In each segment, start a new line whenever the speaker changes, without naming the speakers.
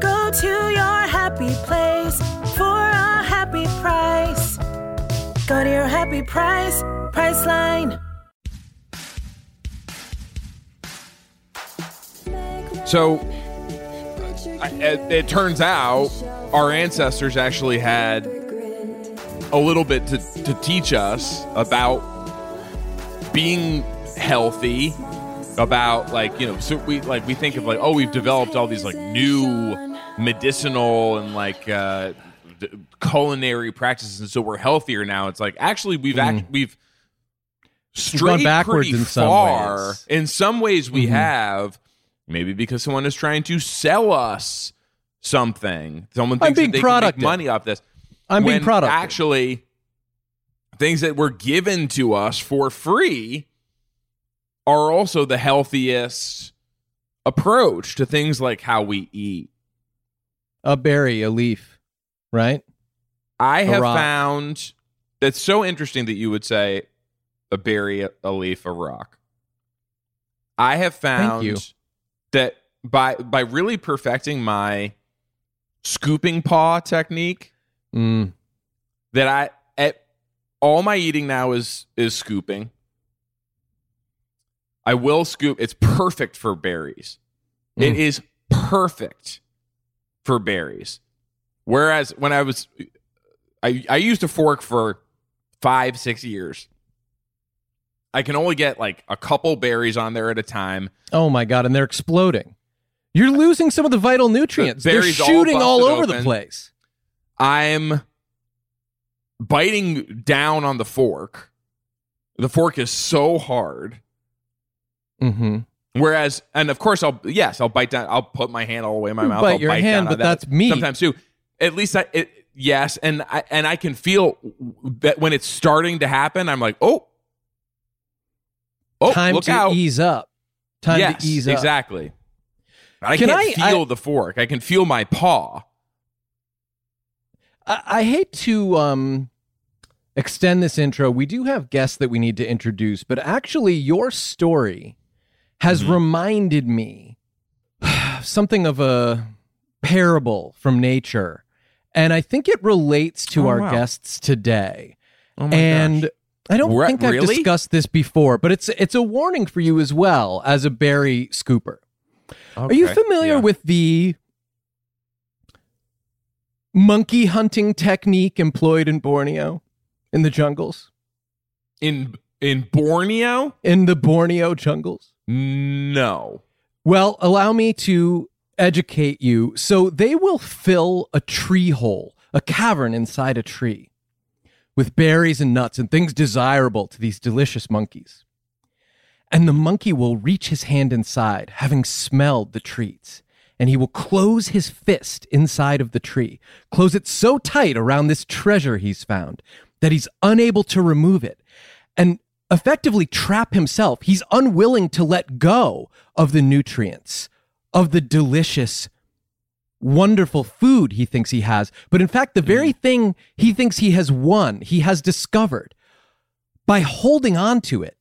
Go to your happy place for a happy price. Go to your happy price, Priceline.
So I, it, it turns out our ancestors actually had a little bit to, to teach us about being healthy about like you know so we like we think of like oh we've developed all these like new medicinal and like uh d- culinary practices and so we're healthier now it's like actually we've act- we've strayed
backwards
pretty
in some
far
ways. Mm-hmm.
in some ways we have maybe because someone is trying to sell us something someone
I'm
thinks
being
that they
productive.
can make money off this
I'm being
when
productive.
actually things that were given to us for free are also the healthiest approach to things like how we eat.
a berry, a leaf, right?
I have
rock.
found that's so interesting that you would say a berry, a, a leaf, a rock. I have found
you.
that by by really perfecting my scooping paw technique,
Mm.
that I at all my eating now is is scooping. I will scoop. It's perfect for berries. It
Mm.
is perfect for berries. Whereas when I was, I I used a fork for five six years. I can only get like a couple berries on there at a time.
Oh my god, and they're exploding. You're losing some of the vital nutrients. they're
berries all
shooting all,
busted
over the
open.
place.
I'm biting down on the fork. The fork is so hard.
Mm-hmm.
Whereas, and of course, I'll yes, I'll bite down. I'll put my hand all the way in my
You
mouth.
bite
I'll
your
bite down
hand,
on
but
that
that's meat.
Sometimes too. At least I it, yes, and I and I can feel that when it's starting to happen. I'm like, oh, oh,
Time
look
to
out!
ease up. Time
yes,
to ease up.
exactly. I
Can
can
I-
not feel the fork. I can feel my paw.
I, I hate to um, extend this intro. We do have guests that we need to introduce, but actually, your story has
Mm-hmm.
reminded me something of a parable from nature. And I think it relates to
Oh,
our
wow.
guests today.
Oh my
and
gosh.
I don't
Re-
think I've
really?
discussed this before, but it's it's a warning for you as well as a berry scooper. Are you
Okay.
familiar
Yeah.
with the monkey hunting technique employed in Borneo in the jungles?
in in Borneo?
In the Borneo jungles?
No.
Well, allow me to educate you. So they will fill a tree hole, a cavern inside a tree, with berries and nuts and things desirable to these delicious monkeys. And the monkey will reach his hand inside, having smelled the treats, and he will close his fist inside of the tree, close it so tight around this treasure he's found that he's unable to remove it, and effectively trap himself. He's unwilling to let go of the nutrients, of the delicious, wonderful food he thinks he has. But in fact, the very
Mm.
thing he thinks he has won, he has discovered, by holding on to it,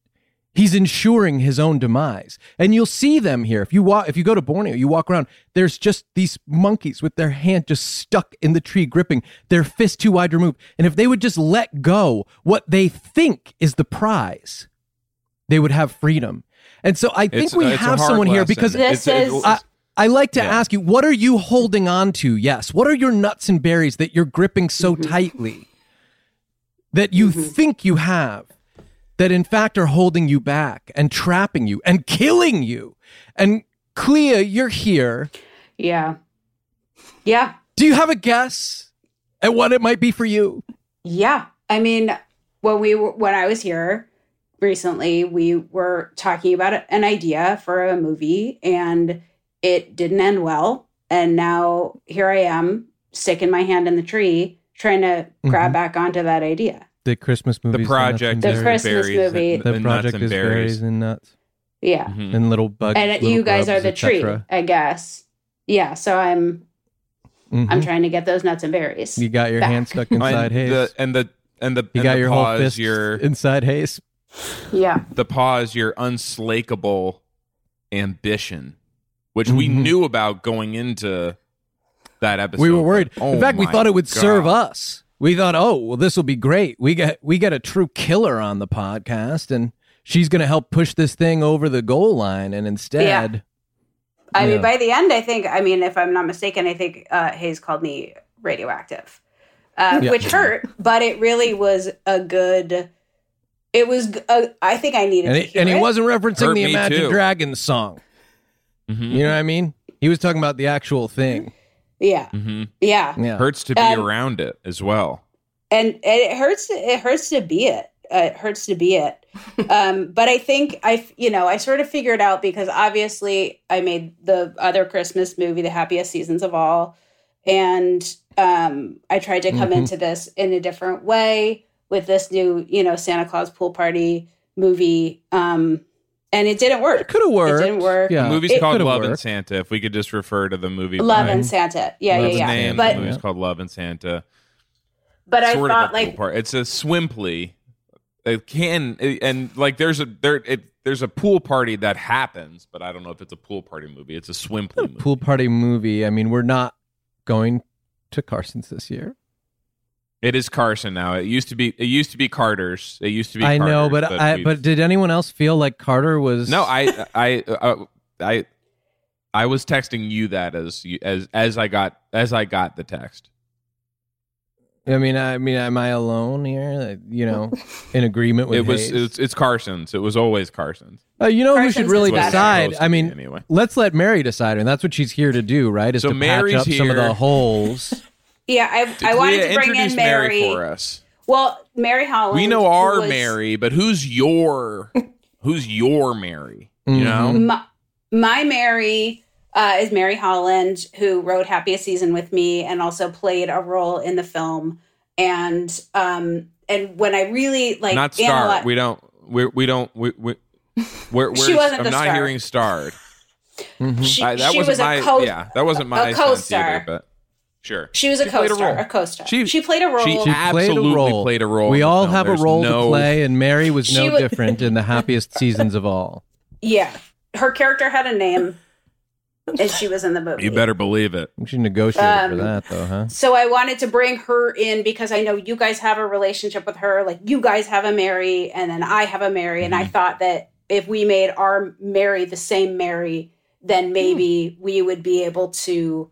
he's ensuring his own demise. And you'll see them here. If you walk, if you go to Borneo, you walk around. There's just these monkeys with their hand just stuck in the tree, gripping their fist too wide removed. And if they would just let go what they think is the prize, they would have freedom. And so I think
It's-
we
it's a
have
hard
someone here
lesson.
because
It's-
This
it-
is-
I, I like to
Yeah.
ask you, what are you holding on to? Yes. What are your nuts and berries that you're gripping so
Mm-hmm.
tightly that you think you have that in fact are holding you back and trapping you and killing you? And Clea, you're here.
Yeah. Yeah.
Do you have a guess at what it might be for you?
Yeah. I mean, when we were, when I was here recently, we were talking about an idea for a movie and it didn't end well. And now here I am, sticking my hand in the tree, trying to
Mm-hmm.
grab back onto that idea.
The Christmas movie.
The project
The
is
Christmas movie.
The,
The
nuts
project
and
is berries
berries.
and nuts
Yeah.
Mhm.
and little bugs.
And
Mm-hmm. little
you guys
grubs,
are the
et
tree,
cetera.
I guess. Yeah. So I'm I'm
Mhm.
trying to get those nuts and berries.
You got your hand
back.
stuck inside
and,
haze.
the, and the and the
you
and
got
the
your whole
paws,
fist
your
inside haze.
Yeah.
the pause your unslakable ambition, which we
Mhm.
knew about going into that episode.
we were worried.
but, oh
In fact, we
my
thought it would serve
God.
us. We thought, oh, well, this will be great. We get we get a true killer on the podcast, and she's going to help push this thing over the goal line. And instead,
I
Yeah.
mean, by the end, I think, I mean, if I'm not mistaken, I think uh, Hayes called me radioactive, uh,
Yeah.
which hurt, but it really was a good. It was. g- Uh, I think I needed
and
to
it,
hear
and he
it.
wasn't referencing
Hurt
the
me
Imagine
too.
Dragons song.
Mhm.
You know what I mean? He was talking about the actual thing.
Yeah,
Mhm.
yeah,
Yeah,
Hurts to be
Um,
around it as well.
and, and it hurts. to- It hurts to be it. Uh, it hurts to be it. um, but I think I, f- you know, I sort of figured out because obviously I made the other Christmas movie, The Happiest Seasons of All, and um, I tried to come
Mm-hmm.
Mhm.
into this in a different way with this new, you know, Santa Claus pool party movie, um, and it didn't
it
work.
could have worked.
didn't work.
Yeah,
the movie's
it
called
could've
Love and
worked.
Santa. If we could just refer to the movie,
Love
by
and Santa, yeah,
Love
yeah,
and
yeah.
Name.
But
the movie's
Yeah.
called Love and Santa.
but I
sort
thought
of a pool
like
part. It's a swim plea. It can and like there's a there it there's a pool party that happens, but I don't know if it's a pool party movie. It's a swim plea movie.
pool party movie. I mean, we're not going to Carson's this year.
It is Carson now. It used to be it used to be Carter's. It used to be.
I know,
Carter's,
but I
we-
but did anyone else feel like Carter was
no, I I uh, I I was texting you that as you as as I got as I got the text.
I mean, I mean, am I alone here? Like, You know, in agreement with
it was
Hayes?
it's, it's Carson's. It was always Carson's.
Uh, you know, who
Carson's
should really
is better.
decide?
Supposed to
I
be,
mean,
anyway.
let's let Mary decide, and that's what she's here to do, right? Is
So
to
Mary's
patch up some of
here.
the holes.
yeah, I I wanted to bring in
Introduce
Mary.
for us.
well, Mary Holland.
we know
who
our
was-
Mary, but who's your who's your Mary? You know,
my, my Mary uh, is Mary Holland, who wrote Happiest Season with me and also played a role in the film. And um, and when I really like
not star.
analy-
we don't. We we don't. We we. We're, we're,
She wasn't
I'm
the
not
star.
hearing starred.
she,
I, that
she
wasn't
was
my
a co
yeah. That wasn't my sense
co-star.
either. But sure,
she was a
She played a
co-star,
role.
a, co-star.
She-
She, played a role.
she-
She played a
Absolutely
role.
played a role in
We
the
all
film.
have
There's
a role
no-
to play, and Mary was no
She was-
different in the happiest seasons of all.
yeah, her character had a name, and she was in the movie.
you better believe it.
She negotiated for
Um,
that, though, huh?
So I wanted to bring her in because I know you guys have a relationship with her. Like you guys have a Mary, and then I have a Mary, and I
Mm-hmm.
thought that if we made our Mary the same Mary,
Hmm.
then maybe we would be able to,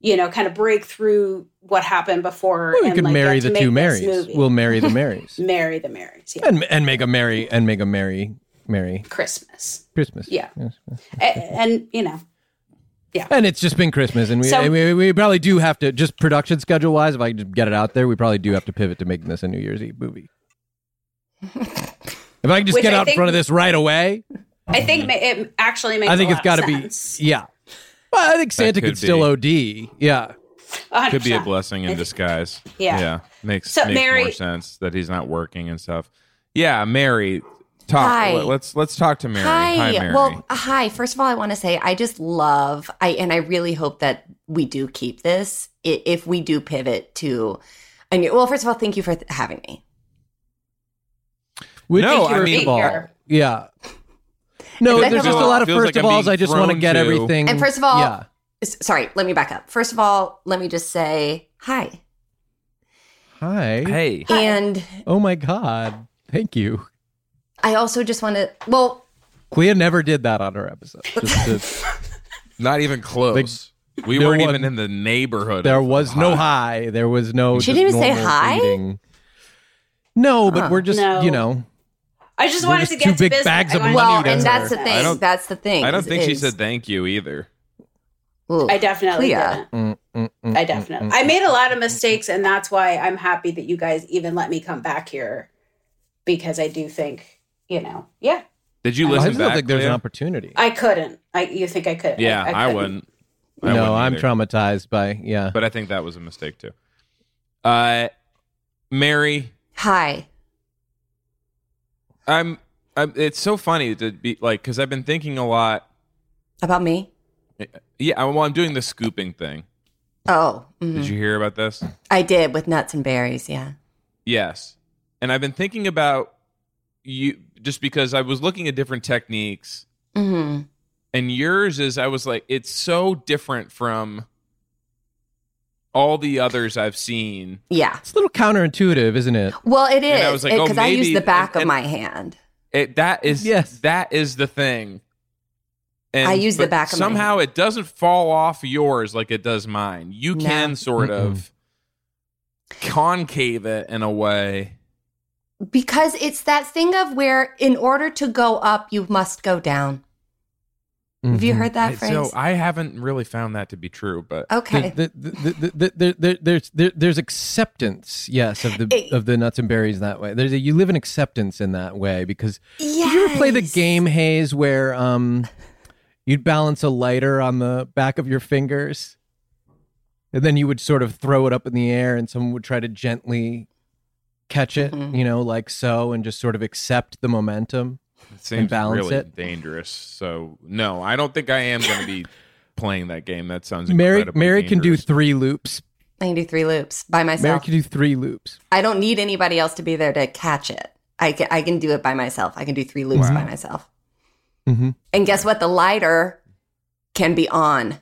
you know, kind of break through what happened before.
Well, we
and,
could
like,
marry
get to
the
make
two
this
Marys.
movie.
We'll marry the Marys,
marry the Marys. Yeah.
and and make a Mary and make a Mary Mary
Christmas,
Christmas.
Yeah.
Yes.
A- and you know,
And it's just been Christmas, and we,
So-
we we probably do have to just production schedule wise. If I could just get it out there, we probably do have to pivot to making this a New Year's Eve movie. if I can just
Which
get
I
out in
think-
front of this right away,
I think ma- it actually makes.
I think it's got to be
to
yeah. Well, I think Santa
could
could still OD. Yeah,
be.
Could be a blessing in disguise.
Yeah.
yeah, makes,
So,
makes more
Mary-
sense that he's not working and stuff. Yeah, Mary, talk.
Hi.
Let's let's talk to Mary. Hi, Mary.
Well, uh, hi. First of all, I want to say I just love I and I really hope that we do keep this i- if we do pivot to a new. Well, first of all, thank you for th- having me.
Which
No,
first
I mean-
of all, yeah. No,
Feels
there's
like
just
I'm-
a lot of
feels
first
like
of
I'm
alls.
being
I just want to
thrown
get
to-
everything.
Mm,
And first of all,
yeah,
s- sorry, let me back up. First of all, let me just say hi.
hi.
hey,
And
Oh my God, thank you.
I also just want to. Well,
Clea never did that on her episode. Just to-
not even close. we
there
weren't
was-
even in the neighborhood.
There
of
was no high. There was no.
She
just
didn't even say
normal
hi?
greeting. No, but we're just
No.
you know.
I just
We're
wanted
just
to
two
get to
big
business.
bags
I
of
wanted to
money
well,
get
does
and
to
that's the
business.
I
thing.
don't-
That's the thing.
I don't think she
is-
said thank you either.
Ooh,
I definitely
Clea. Mm-hmm.
didn't.
mm, mm, mm,
I
mm,
definitely.
mm.
I made a lot of mistakes, and that's why I'm happy that you guys even let me come back here because I do think, you know, yeah,
Did you
I
I
listen
just
back?
don't think there's
Clea?
an opportunity.
I couldn't. I you think I could?
yeah, I,
couldn't.
wouldn't. I
no,
wouldn't
I'm
either.
traumatized by yeah.
But I think that was a mistake too. Uh, Mary,
Hi.
I'm. I'm it's so funny to be like because I've been thinking a lot.
About me?
Yeah, I- well, I'm doing the scooping thing.
Oh, mhm.
Did you hear about this?
I did with nuts and berries. Yeah.
Yes. And I've been thinking about you just because I was looking at different techniques
hmm
and yours is I was like it's so different from all the others I've seen.
Yeah.
It's a little counterintuitive, isn't it?
Well, it is
And I
because
was
I,
like, oh,
use
maybe-
the back
and-
of
and-
my hand.
It that is
Yes.
that is the thing. And,
I use the
but
back of my
somehow it doesn't fall off yours like it does mine. You
No.
can sort of concave it in a way.
Because it's that thing of where, in order to go up, you must go down. Have you
Mhm.
heard that
I-
phrase? Oh.
so I haven't really found that to be true, but
okay.
The- the- the- the- the- the- there's there- there's acceptance, yes, of the
Eh.
of the nuts and berries that way. There's a, you live in acceptance in that way because
yes.
Did you ever play the game Hayes where um you'd balance a lighter on the back of your fingers and then you would sort of throw it up in the air and someone would try to gently catch it,
Mhm.
you know, like so and just sort of accept the momentum.
It seems
balance
really
it.
dangerous. So no, I don't think I am going to be playing that game. That sounds
Mary
incredibly
Mary can do
dangerous.
three loops.
I can do three loops by
Mary
myself.
can do three loops.
I don't need anybody else to be there to catch it. I can, I can do it by myself. I can do three loops by myself.
Mm-hmm.
And guess what? The lighter can be on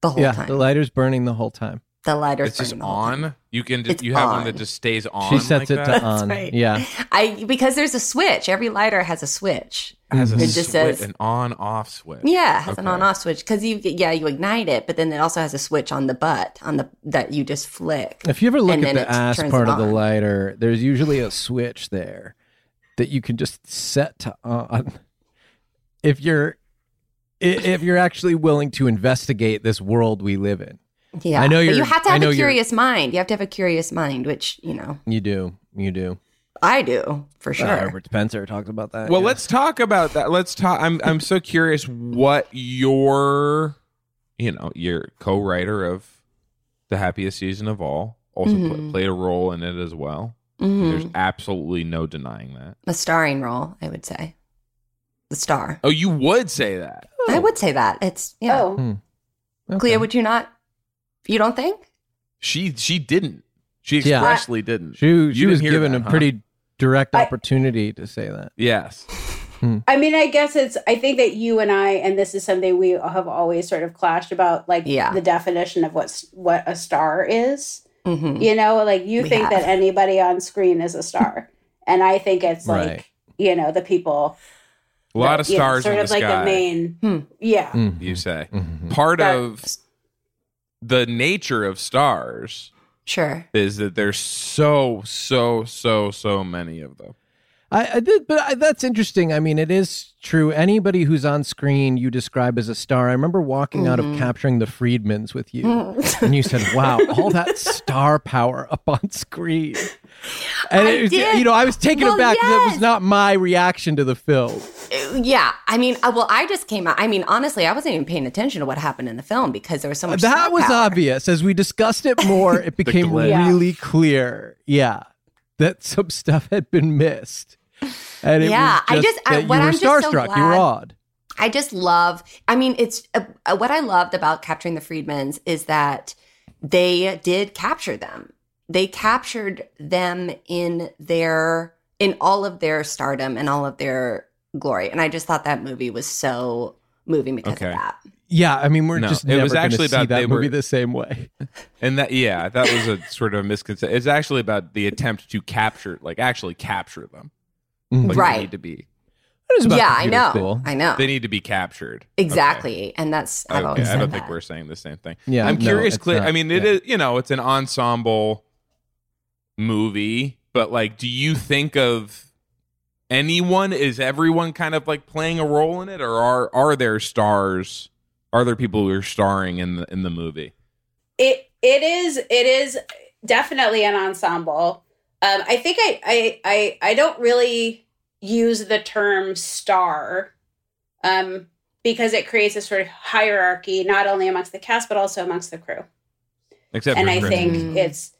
the whole
Yeah,
time.
the lighter's burning the whole time.
the lighter's
It's just
burning the whole time.
on. You can. Just,
It's
you have one
on.
that just stays on.
she
like
sets it
that?
to on.
right.
Yeah.
I because there's a switch. Every lighter has a switch.
Has a
It just
switch-
says-
an on-off switch.
Yeah, it has an
Okay.
on-off switch because you yeah you ignite it, but then it also has a switch on the butt on the that you just flick.
If you ever look
And
at
then
the
it
ass
turns
part of the
on.
lighter, there's usually a switch there that you can just set to on. If you're i- if you're actually willing to investigate this world we live in,
Yeah,
I know
But you
you're-
have to
I
have
know
a
you're-
curious mind. You have to have a curious mind, which you know
you do, you do.
I do for
Uh,
sure.
Herbert Spencer talks about that.
Well,
Uh, yeah.
let's talk about that. Let's talk. I'm I'm so curious what your, you know, your co-writer of the happiest season of all also pla-
Mhm.
played a role in it as well. There's
Mhm.
absolutely no denying that.
A starring role, I would say. The star.
Oh, you would say that.
Oh.
I would say that it's yeah. Mm.
Oh,
Okay.
Clea, would you not? You don't think?
She she didn't. She
Yeah.
expressly didn't.
she
You
she
didn't
was
hear
given
that,
a
huh?
pretty direct
I-
opportunity to say that.
Yes.
I mean, I guess it's. I think that you and I, and this is something we have always sort of clashed about, like
Yeah.
the definition of what's what a star is.
hmm
You know, like you
We
think
have.
that anybody on screen is a star, and I think it's like
Right.
you know the people.
A lot of
you know,
stars
sort
in the
of like
sky.
the main.
Hmm.
Yeah,
You say
Mhm.
part
That-
of the nature of stars
Sure.
is that there's so so so so many of them.
I, I did, but I, that's interesting. I mean, it is true. Anybody who's on screen, you describe as a star. I remember walking out
Mm-hmm.
of capturing the Freedmans with you,
Mm.
and you said, "Wow, all that star power up on screen." And
I
it was,
did.
you know, I was taken
Well,
aback. 'cause That was
yes.
not my reaction to the film.
Uh, Yeah. I mean, I, well, I just came out. I mean, honestly, I wasn't even paying attention to what happened in the film because there was so much.
that
star
was
power.
obvious. As we discussed it more, it became
glitch.
Yeah.
really clear. Yeah, that some stuff had been missed, and it
Yeah, I
was just,
just- I-
that
what
you were
I'm just so
starstruck. you were
glad-
awed.
I just love. I mean, it's uh, uh, what I loved about capturing the Freedmans is that they did capture them. They captured them in their in all of their stardom and all of their glory. And I just thought that movie was so moving because
Okay.
of that.
Yeah, I mean, we're
No,
just
it
never
was
gonna
actually
see
about
that
they were-
movie the same way.
And that yeah, that was a sort of misconception. It's actually about the attempt to capture, like actually capture them. Like,
Right.
They need to be
Yeah, I know. I know.
they need to be captured. Okay.
Exactly. And that's I've
Okay,
always
I
said
don't
that.
think we're saying the same thing.
Yeah,
I'm
no,
curious.
it's
Cla-
not.
I mean, it
Yeah.
is you know, it's an ensemble movie, but like, do you think of anyone? Is everyone kind of like playing a role in it, or are are there stars? Are there people who are starring in the in the movie?
it it is it is definitely an ensemble um i think i i i, I don't really use the term star um because it creates a sort of hierarchy not only amongst the cast but also amongst the crew
Except
and
for
i
Chris.
think
Mm.
it's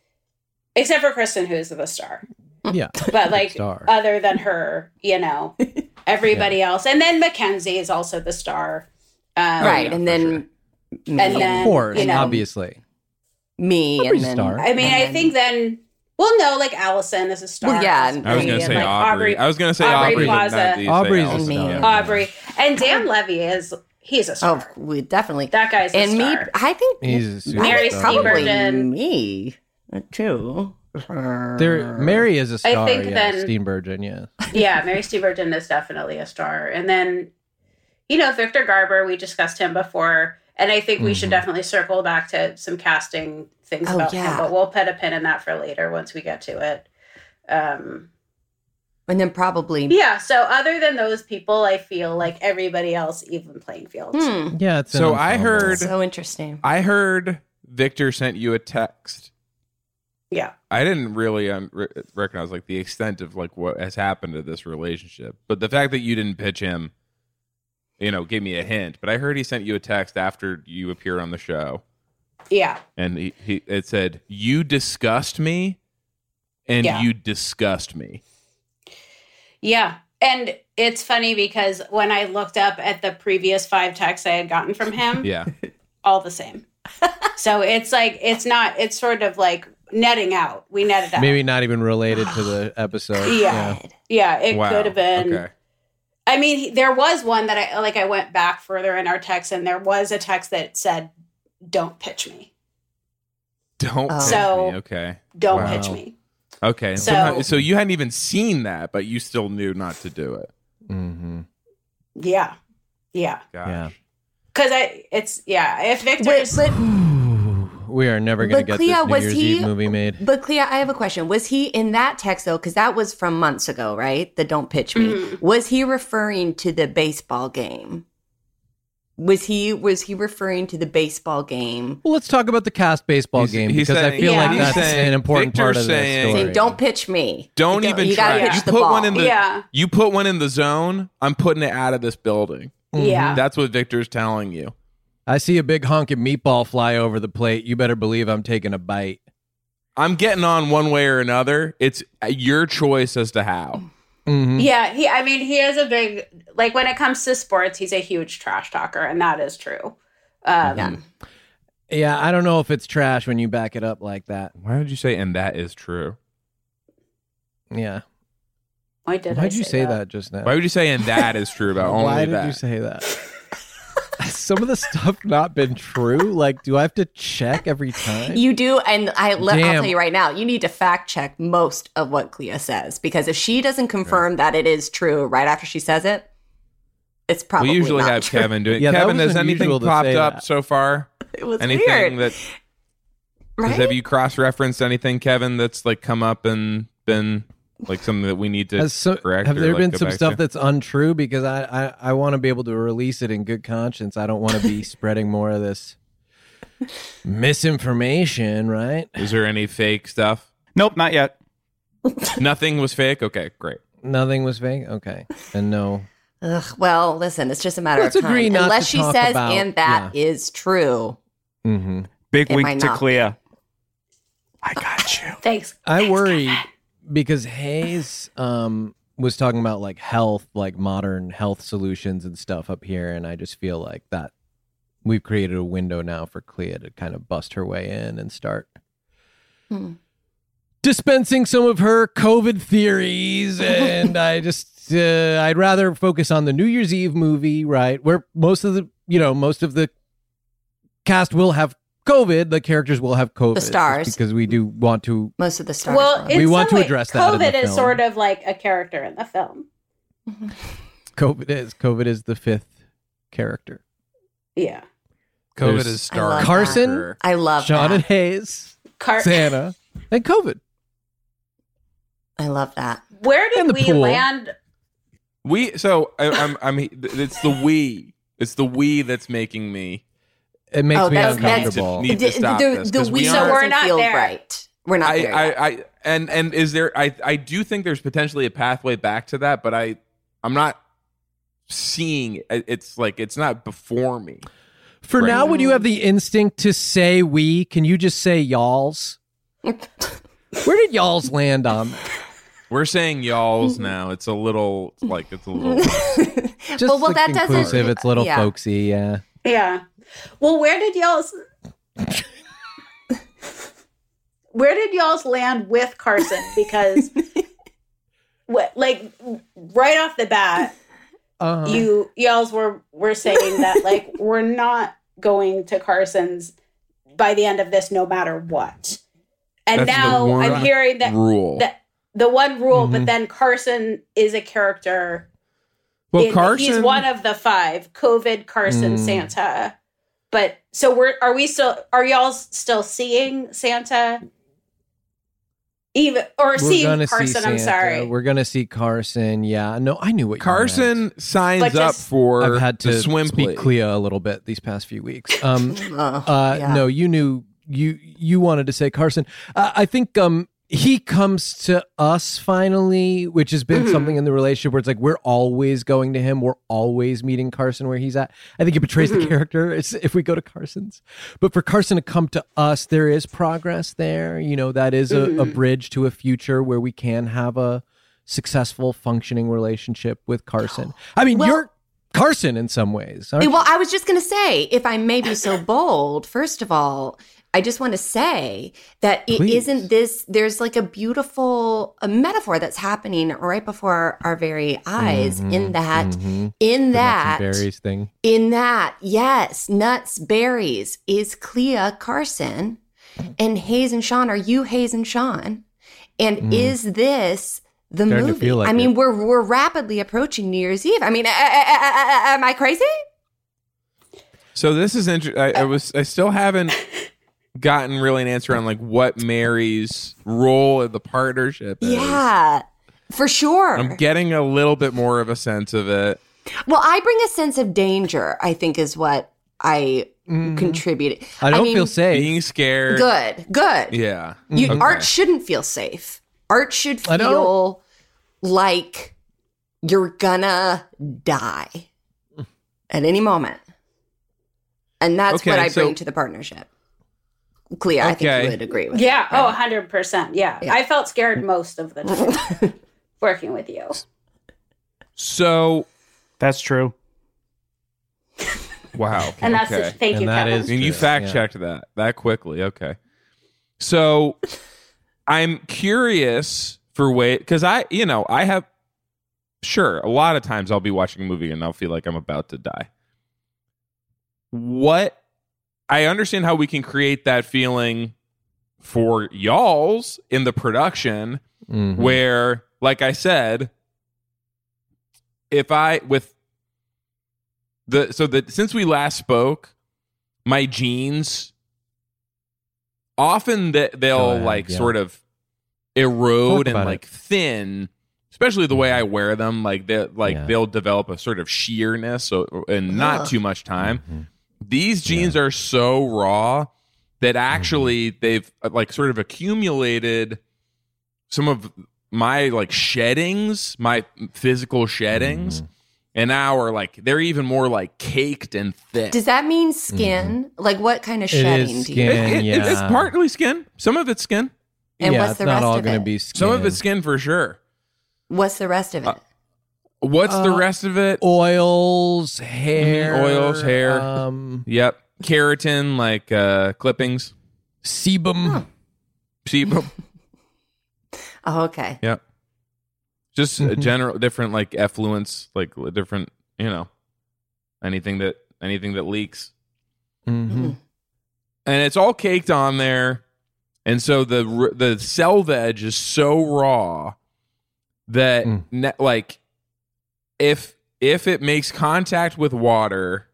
except for Kristen, who's the star.
Yeah.
But like
star.
other than her, you know, everybody else, and then Mackenzie is also the star. Um,
Oh,
right.
yeah,
and
for
then
And then-
of course,
you know-
obviously.
me and
Everybody's
then
star.
I mean,
and
I
then-
think then well, no, like Allison is a star.
Well, yeah, and-
I was gonna
Yeah,
say
like
Aubrey.
Aubrey-
I was gonna say
Aubrey
Aubrey. but not
Plaza.
these. They
Aubrey's
also-
amazing.
yeah.
Aubrey and Dan Levy is he's a
Oh,
star.
we definitely.
That guy's a
and me,
star.
I think
He's a
I
Mary
think
superstar.
probably
Steenburgen.
me uh, too.
There,
Mm-hmm.
Mary is a star.
think
yeah,
then-
Steenburgen, yeah.
yeah, Mary Stewardton is definitely a star. And then, you know, Victor Garber, we discussed him before. And I think we should definitely circle back to some casting things
Mm-hmm. Oh,
about
yeah.
him, but we'll put a pin in that for later once we get to it. Um,
And then probably
yeah, so other than those people, I feel like everybody else, even playing field.
Hmm,
Yeah, it's an
So I
ensemble.
heard-
so interesting.
I heard Victor sent you a text.
Yeah.
I didn't really um, re- recognize like the extent of like what has happened to this relationship, but the fact that you didn't pitch him, you know, gave me a hint. But I heard he sent you a text after you appeared on the show,
Yeah.
and he, he it said you disgust me, and
Yeah.
you disgust me.
Yeah. And it's funny because when I looked up at the previous five texts I had gotten from him,
Yeah,
all the same. so it's like it's not it's sort of like netting out. We netted out.
Maybe not even related to the episode.
Yeah. Yeah, it
Wow.
could have been.
Okay.
I mean, he- there was one that I like I went back further in our text and there was a text that said don't pitch me.
Don't
Oh.
pitch
So-
me. okay,
Don't
Wow.
pitch me.
okay.
So-
So, so you hadn't even seen that, but you still knew not to do it.
Mm-hmm.
Yeah. Yeah.
Gosh.
Yeah.
Cuz I it's yeah, if Victor
Wait, but
We are never going to
But
get this
Clea,
New
was
Year's
he-
Eve movie made.
but Clea, I have a question. Was he in that text though? Because that was from months ago, right? The don't pitch me.
Mm-hmm.
Was he referring to the baseball game? Was he was he referring to the baseball game?
Well, let's talk about the cast baseball
He's-
game
he's
because I
saying-
feel
Yeah.
like
he's
that's
saying-
an important
Victor's
part of
saying-
the story.
Saying, don't pitch me.
Don't
You
even
you
try.
Gotta
it.
pitch
You
the
put
ball.
one in the
Yeah.
you put one in the zone. I'm putting it out of this building.
Yeah.
That's what Victor's telling you.
I see a big honking meatball fly over the plate. You better believe I'm taking a bite.
I'm getting on one way or another. It's your choice as to how.
Mm-hmm.
Yeah, he I mean he is a big like when it comes to sports, he's a huge trash talker and that is true. Um
Yeah.
Yeah, I don't know if it's trash when you back it up like that.
Why would you say? And that is true.
Yeah.
why did
Why
I
did you say that, just now?
Why would you say? And that is true about only
Why did
that.
you say that? Has Some of the stuff not been true. Like, do I have to check every time?
You do, and I le- I'll
Damn.
tell you right now, you need to fact check most of what Clea says because if she doesn't confirm that it is true right after she says it, it's probably
we usually
not
have
true.
Kevin do it.
Yeah, that
Kevin,
was
has anything
unusual to
popped
say
up
that.
so far?
It was
Anything
weird,
that
right?
have you cross-referenced anything, Kevin? That's like come up and been like something that we need to
Has so-
correct.
have
or,
there
like,
been
go
some
back
stuff
to?
that's untrue? Because I, I, I want to be able to release it in good conscience. I don't want to be spreading more of this misinformation, right?
Is there any fake stuff?
Nope, not yet.
Nothing was fake. Okay, great.
Nothing was fake? Okay. And no.
Ugh, well, listen, it's just a matter
Let's
of time.
agree not to
Unless she
talk
says,
about-
and that is true.
Mm-hmm.
Big
It might
wink to
not
Clea. I got you.
Thanks.
I worry because Hayes um, was talking about like health, like modern health solutions and stuff up here, and I just feel like that we've created a window now for Clea to kind of bust her way in and start
Hmm.
dispensing some of her COVID theories, and I just uh, I'd rather focus on the New Year's Eve movie, right, where most of the you know most of the cast will have COVID, the characters will have COVID, just
stars.
because we do want to
Most of the stars.
Well,
it-
in
want
some
to
way,
address that
COVID
in the
is
film.
sort of like a character in the film.
COVID is COVID is the fifth character.
Yeah.
COVID
There's-
is
I love
Star
that.
Carson?
I love
Sean and
that.
Hayes,
Car-
Santa, and COVID.
I love that.
Where
And
did
the
we
pool.
land?
We so I, I'm I'm it's the we it's the we that's making me
It makes
Oh,
me
that's- that's-
uncomfortable.
Need to stop this, 'cause we
we
aren't-
So we're
doesn't
not
feel
there.
right. We're not
I,
there. yet.
I I and and is there I I do think there's potentially a pathway back to that but I I'm not seeing it. it's like it's not before me
For
Right.
now, would you have the instinct to say we? Can you just say y'all's? Where did y'all's land on that?
We're saying y'all's now. It's a little like it's a little.
Just
well, well,
it's
that doesn't-
inclusive. It's little
yeah.
folksy. Yeah.
Yeah. Well, where did y'all's Where did y'all's land with Carson? Because what like right off the bat,
Uh,
you y'all's were were saying that like we're not going to Carson's by the end of this no matter what. And
That's the
now
one
I'm hearing that
rule. Mm-hmm.
that the one rule,
Mhm.
but then Carson is a character
well,
in-
Carson.
He's one of the five. COVID, Carson,
Mm.
Santa. But so we're are we still are y'all s- still seeing Santa? Even or seeing
gonna
Carson?
see Santa.
I'm sorry.
We're gonna see Carson. Yeah. No, I knew what you meant.
Carson signs
But
up
just-
for
I've had to
the swim
speak
plate.
Clea a little bit these past few weeks. Um,
Oh,
uh,
yeah.
No, you knew you you wanted to say Carson. Uh, I think um, he comes to us finally, which has been
Mm-hmm.
Mhm.
something in the relationship where it's like we're always going to him. We're always meeting Carson where he's at. I think it betrays the
Mm-hmm.
Mhm.
character is- if we go to Carson's. But for Carson to come to us, there is progress there. You know, that is a, a
Mm-hmm.
Mhm.
bridge to a future where we can have a successful functioning relationship with Carson. I mean,
Well-
you're Carson in some ways. aren't
Well, I was just going to say, if I may be so bold, first of all, I just want to say that it
Please.
not this, there's like a beautiful a metaphor that's happening right before our, our very eyes in that,
Mhm. The nuts
in that,
and berries thing.
in that, yes, nuts, berries is Clea Carson and Hayes and Sean. Are you Hayes and Sean? And is this the
Mm. Starting to
movie?
feel like
I mean,
it.
we're we're rapidly approaching New Year's Eve. I mean, a- a- a- a- a- am I crazy?
So this is interesting. I was. I still haven't gotten really an answer on like what Mary's role in the partnership. Is.
Yeah, for sure.
I'm getting a little bit more of a sense of it.
well, I bring a sense of danger. I think is what I
Mhm.
contributed.
I don't
mean,
feel safe. Mm-hmm.
Being scared.
Good, good.
Yeah. Mm-hmm.
You,
Okay.
Art shouldn't feel safe. Art should
I don't-
feel like you're gonna die at any moment. And that's what
Okay,
I bring
so-
to the partnership. Clea, I think
Okay.
you would agree with
yeah. Oh, 100 percent. Yeah.
Yeah. Mm.
I felt scared most of the time working with you.
So
That's true.
wow.
And that's
okay.
the, thank
And
you,
that
Kevin.
is-
and you
true,
fact
yeah.
checked that that quickly. Okay. So I'm curious for wait because I you know I have sure a lot of times I'll be watching a movie and I'll feel like I'm about to die. What I understand how we can create that feeling for y'all's in the production
Mhm.
where like i said if i with the so that since we last spoke my genes often that they'll
Collab,
like
yeah.
sort of erode
Talk
and
about Mm-hmm.
like thin especially the way i wear them like they like
Yeah.
they'll develop a sort of sheerness so and
Ugh.
not too much time
Mhm.
these genes are so raw that
Mm-hmm.
actually they've uh, like sort of accumulated some of my like sheddings, my physical sheddings,
Mm-hmm.
and now are like they're even more like caked and thick.
Does that mean skin? Like what kind of
Mm-hmm. It is
shedding do
skin.
you
It- it- it's-
Yeah.
It's partly skin. Some of it's skin.
And
yeah,
what's
it's
the
not
rest
all
of
gonna
it?
be skin.
Some of it's skin for sure.
What's the rest of it?
What's the
Uh,
rest of it?
oils, Mm-hmm. hair,
Mhm, oils, hair.
um,
Yep, keratin, like uh clippings,
sebum.
sebum.
oh, okay.
yep, just a
Mm-hmm.
general different like effluents, like different. You know, anything that anything that leaks. Mm-hmm.
Mm-hmm.
Mhm.
and it's all caked on there and so the r- the selvage is so raw that
Mm.
ne- like if if it makes contact with water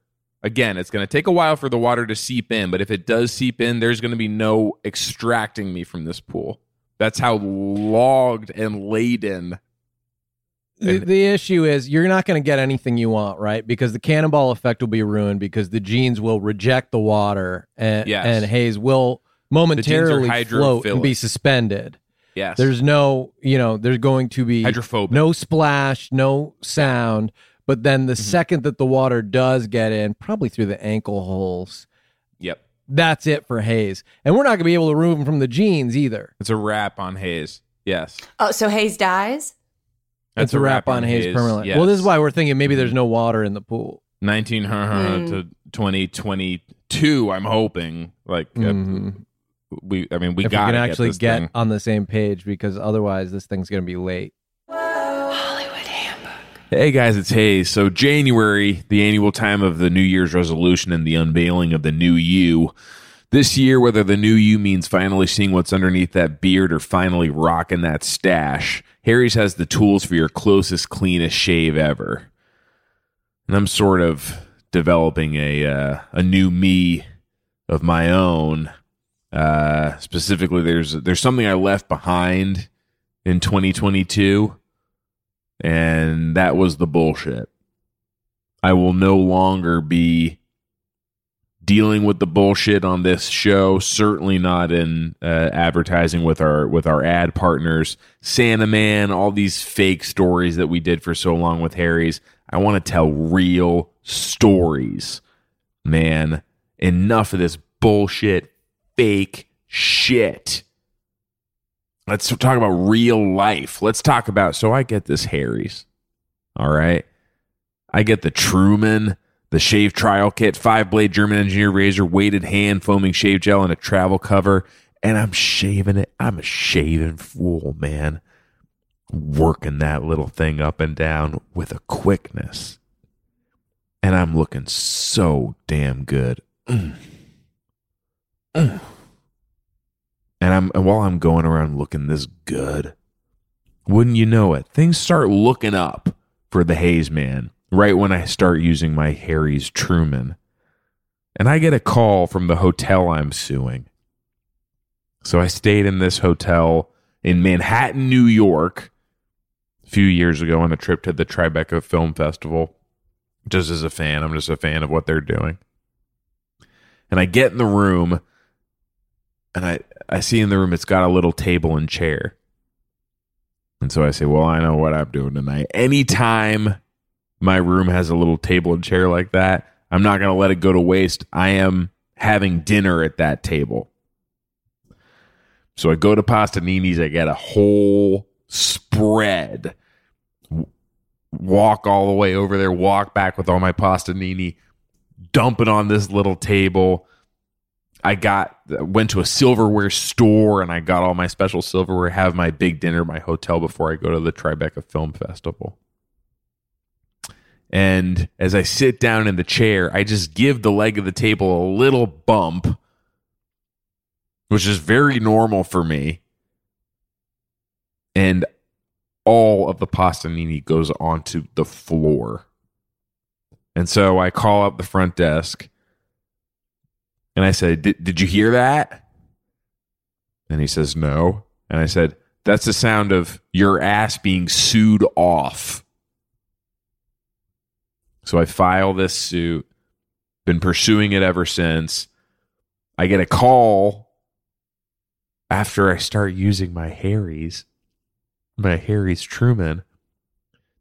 again it's going to take a while for the water to seep in but if it does seep in there's going to be no extracting me from this pool that's how logged and laden
The, the issue is you're not going to get anything you want, right? Because the cannonball effect will be ruined because the genes will reject the water, and
Yes.
and Hayes will momentarily float and be
hydrophilic.
suspended.
yes
There's no, you know, there's going to be
hydrophobic
no splash, no sound.
Mm-hmm.
But then the second that the water does get in, probably through the ankle holes,
yep
That's it for Hayes. And we're not going to be able to remove him from the genes either.
It's a wrap on Hayes. Yes.
Oh, so Hayes dies?
That's a wrap on Mm-hmm. Hayes permanently. Well, this is why we're thinking maybe there's no water in the pool.
19 to 2022, I'm hoping. Like, uh,
Mhm.
we, I mean, we
if we
got
can actually
this
get
thing.
on the same page because otherwise this thing's going to be late.
Hey guys, it's Hayes. So January, the annual time of the New Year's resolution and the unveiling of the new you. This year, whether the new you means finally seeing what's underneath that beard or finally rocking that stash, Harry's has the tools for your closest, cleanest shave ever. And I'm sort of developing a uh, a new me of my own. Uh, specifically, there's there's something I left behind in 2022 and that was the bullshit. I will no longer be dealing with the bullshit on this show. Certainly not in uh, advertising with our with our ad partners, Santa Man, all these fake stories that we did for so long with Harry's. I want to tell real stories, man. Enough of this bullshit, fake shit. Let's talk about real life. Let's talk about. So I get this Harry's. All right. I get the Truman, the shave trial kit, five blade German engineer razor, weighted hand foaming shave gel, and a travel cover. And I'm shaving it. I'm a shaving fool, man. Working that little thing up and down with a quickness. And I'm looking so damn good. Mm. Mm. And I'm and while I'm going around looking this good, wouldn't you know it? Things start looking up for the Hayes man right when I start using my Harry's Truman. And I get a call from the hotel I'm suing. So I stayed in this hotel in Manhattan, New York, a few years ago on a trip to the Tribeca Film Festival. Just as a fan, I'm just a fan of what they're doing. And I get in the room and I I see in the room it's got a little table and chair. And so I say, "Well, I know what I'm doing tonight. Anytime my room has a little table and chair like that, I'm not going to let it go to waste. I am having dinner at that table." So I go to Pastanini's, I get a whole spread. W- Walk all the way over there, walk back with all my pastanini, dump it on this little table. I got went to a silverware store and I got all my special silverware. Have my big dinner, at my hotel before I go to the Tribeca Film Festival. And as I sit down in the chair, I just give the leg of the table a little bump, which is very normal for me. And all of the pastanini goes onto the floor. And so I call up the front desk and I said, "Did- Did you hear that? And he says, No. And I said, That's the sound of your ass being sued off. So I file this suit, been pursuing it ever since. I get a call after I start using my Harry's, my Harry's Truman,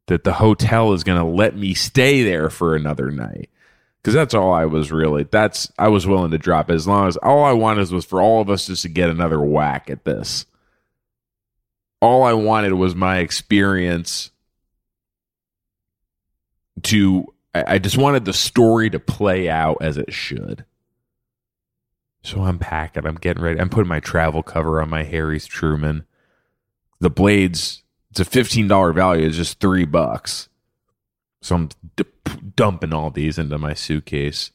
that the hotel is going to let me stay there for another night because that's all I was really. That's I was willing to drop as long as all I wanted was for all of us just to get another whack at this. All I wanted was my experience to. I I just wanted the story to play out as it should. So I'm packing. I'm getting ready. I'm putting my travel cover on my Harry's Truman. The blades. It's a fifteen dollar value. It's just three bucks. So I'm d- dumping all these into my suitcase.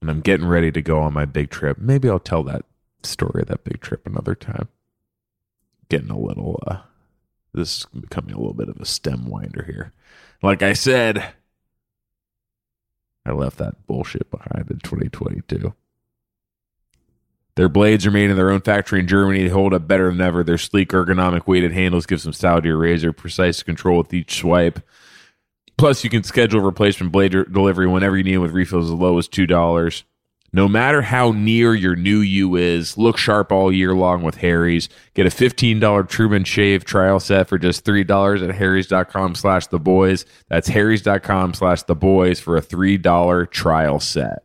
And I'm getting ready to go on my big trip. Maybe I'll tell that story of that big trip another time. Getting a little, uh, this is becoming a little bit of a stem winder here. Like I said, I left that bullshit behind in 2022. Their blades are made in their own factory in Germany. They hold up better than ever. Their sleek, ergonomic, weighted handles give some style to your razor, precise control with each swipe. Plus, you can schedule replacement blade de- delivery whenever you need with refills as low as $2. No matter how near your new you is, look sharp all year long with Harry's. Get a $15 Truman Shave trial set for just $3 at harrys.com slash the boys. That's harrys.com slash the boys for a $3 trial set.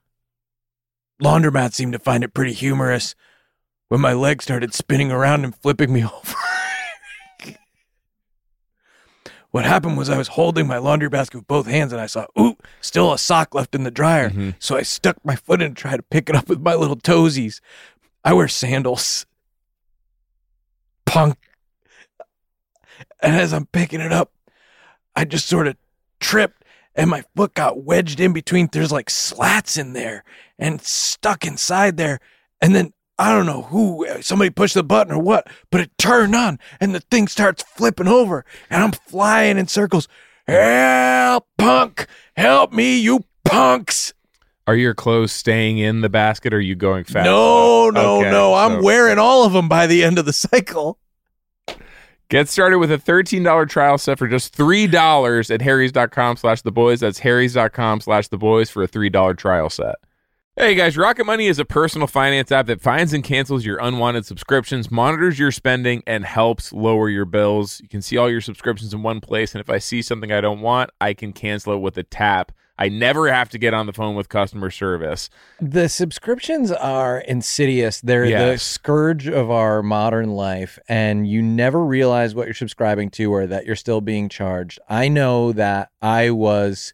laundromat seemed to find it pretty humorous when my leg started spinning around and flipping me over. what happened was I was holding my laundry basket with both hands and I saw, ooh, still a sock left in the dryer.
Mhm.
So I stuck my foot in and tried to pick it up with my little toesies. I wear sandals. Punk. And as I'm picking it up, I just sort of tripped and my foot got wedged in between. There's like slats in there and stuck inside there. And then I don't know who, uh, somebody pushed the button or what, but it turned on and the thing starts flipping over and I'm flying in circles. Help, punk! Help me, you punks!
Are your clothes staying in the basket or are you going fast?
no, no,
Okay,
no. I'm
so-
wearing all of them by the end of the cycle.
Get started with a $13 trial set for just $3 at harrys.com slash the boys. That's harrys.com slash the boys for a $3 trial set. Hey guys, Rocket Money is a personal finance app that finds and cancels your unwanted subscriptions, monitors your spending, and helps lower your bills. You can see all your subscriptions in one place, and if I see something I don't want, I can cancel it with a tap. I never have to get on the phone with customer service.
The subscriptions are insidious. They're the
Yes.
scourge of our modern life, and you never realize what you're subscribing to or that you're still being charged. I know that I was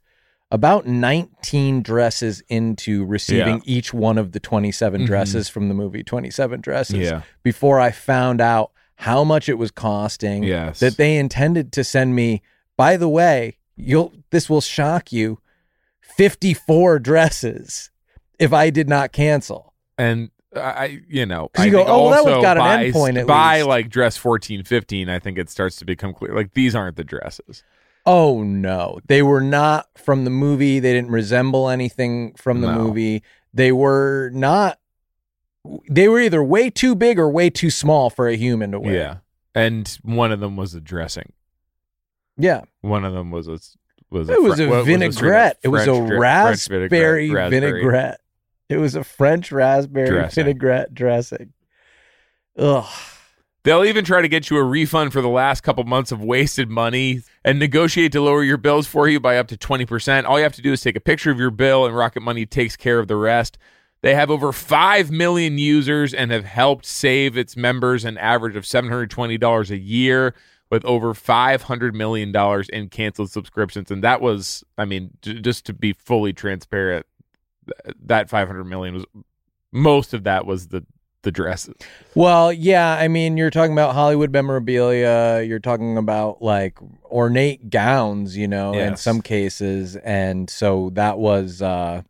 about 19 dresses into receiving
Yeah.
each one of the 27
Mhm.
dresses from the movie 27 Dresses before I found out how much it was costing
Yes.
that they intended to send me. By the way, you'll this will shock you. 54 dresses if I did not cancel.
and I, you know,
'Cause
I
you go,
think
"Oh, well, that
also
one's got an
by,
end point at
by
least."
like dress fourteen, fifteen, I think it starts to become clear. Like these aren't the dresses.
Oh no. They were not from the movie. They didn't resemble anything from the
No.
movie. They were not they were either way too big or way too small for a human to wear.
Yeah, and one of them was a dressing.
Yeah.
One of them was a s- was a
It was
Fre-
a
what straight up
vinaigrette. it was a
French dri- French
raspberry, vinaigrette, It was a French raspberry
Dressing.
vinaigrette dressing. Ugh.
They'll even try to get you a refund for the last couple months of wasted money and negotiate to lower your bills for you by up to 20%. All you have to do is take a picture of your bill, and Rocket Money takes care of the rest. They have over 5 million users and have helped save its members an average of $720 a year with over $500 million in canceled subscriptions. And that was, I mean, j- just to be fully transparent, th- that 500 million was most of that was the the dresses.
Well, yeah, I mean, you're talking about Hollywood memorabilia. You're talking about like ornate gowns, you know, in
Yes.
some cases. And so that was, uh,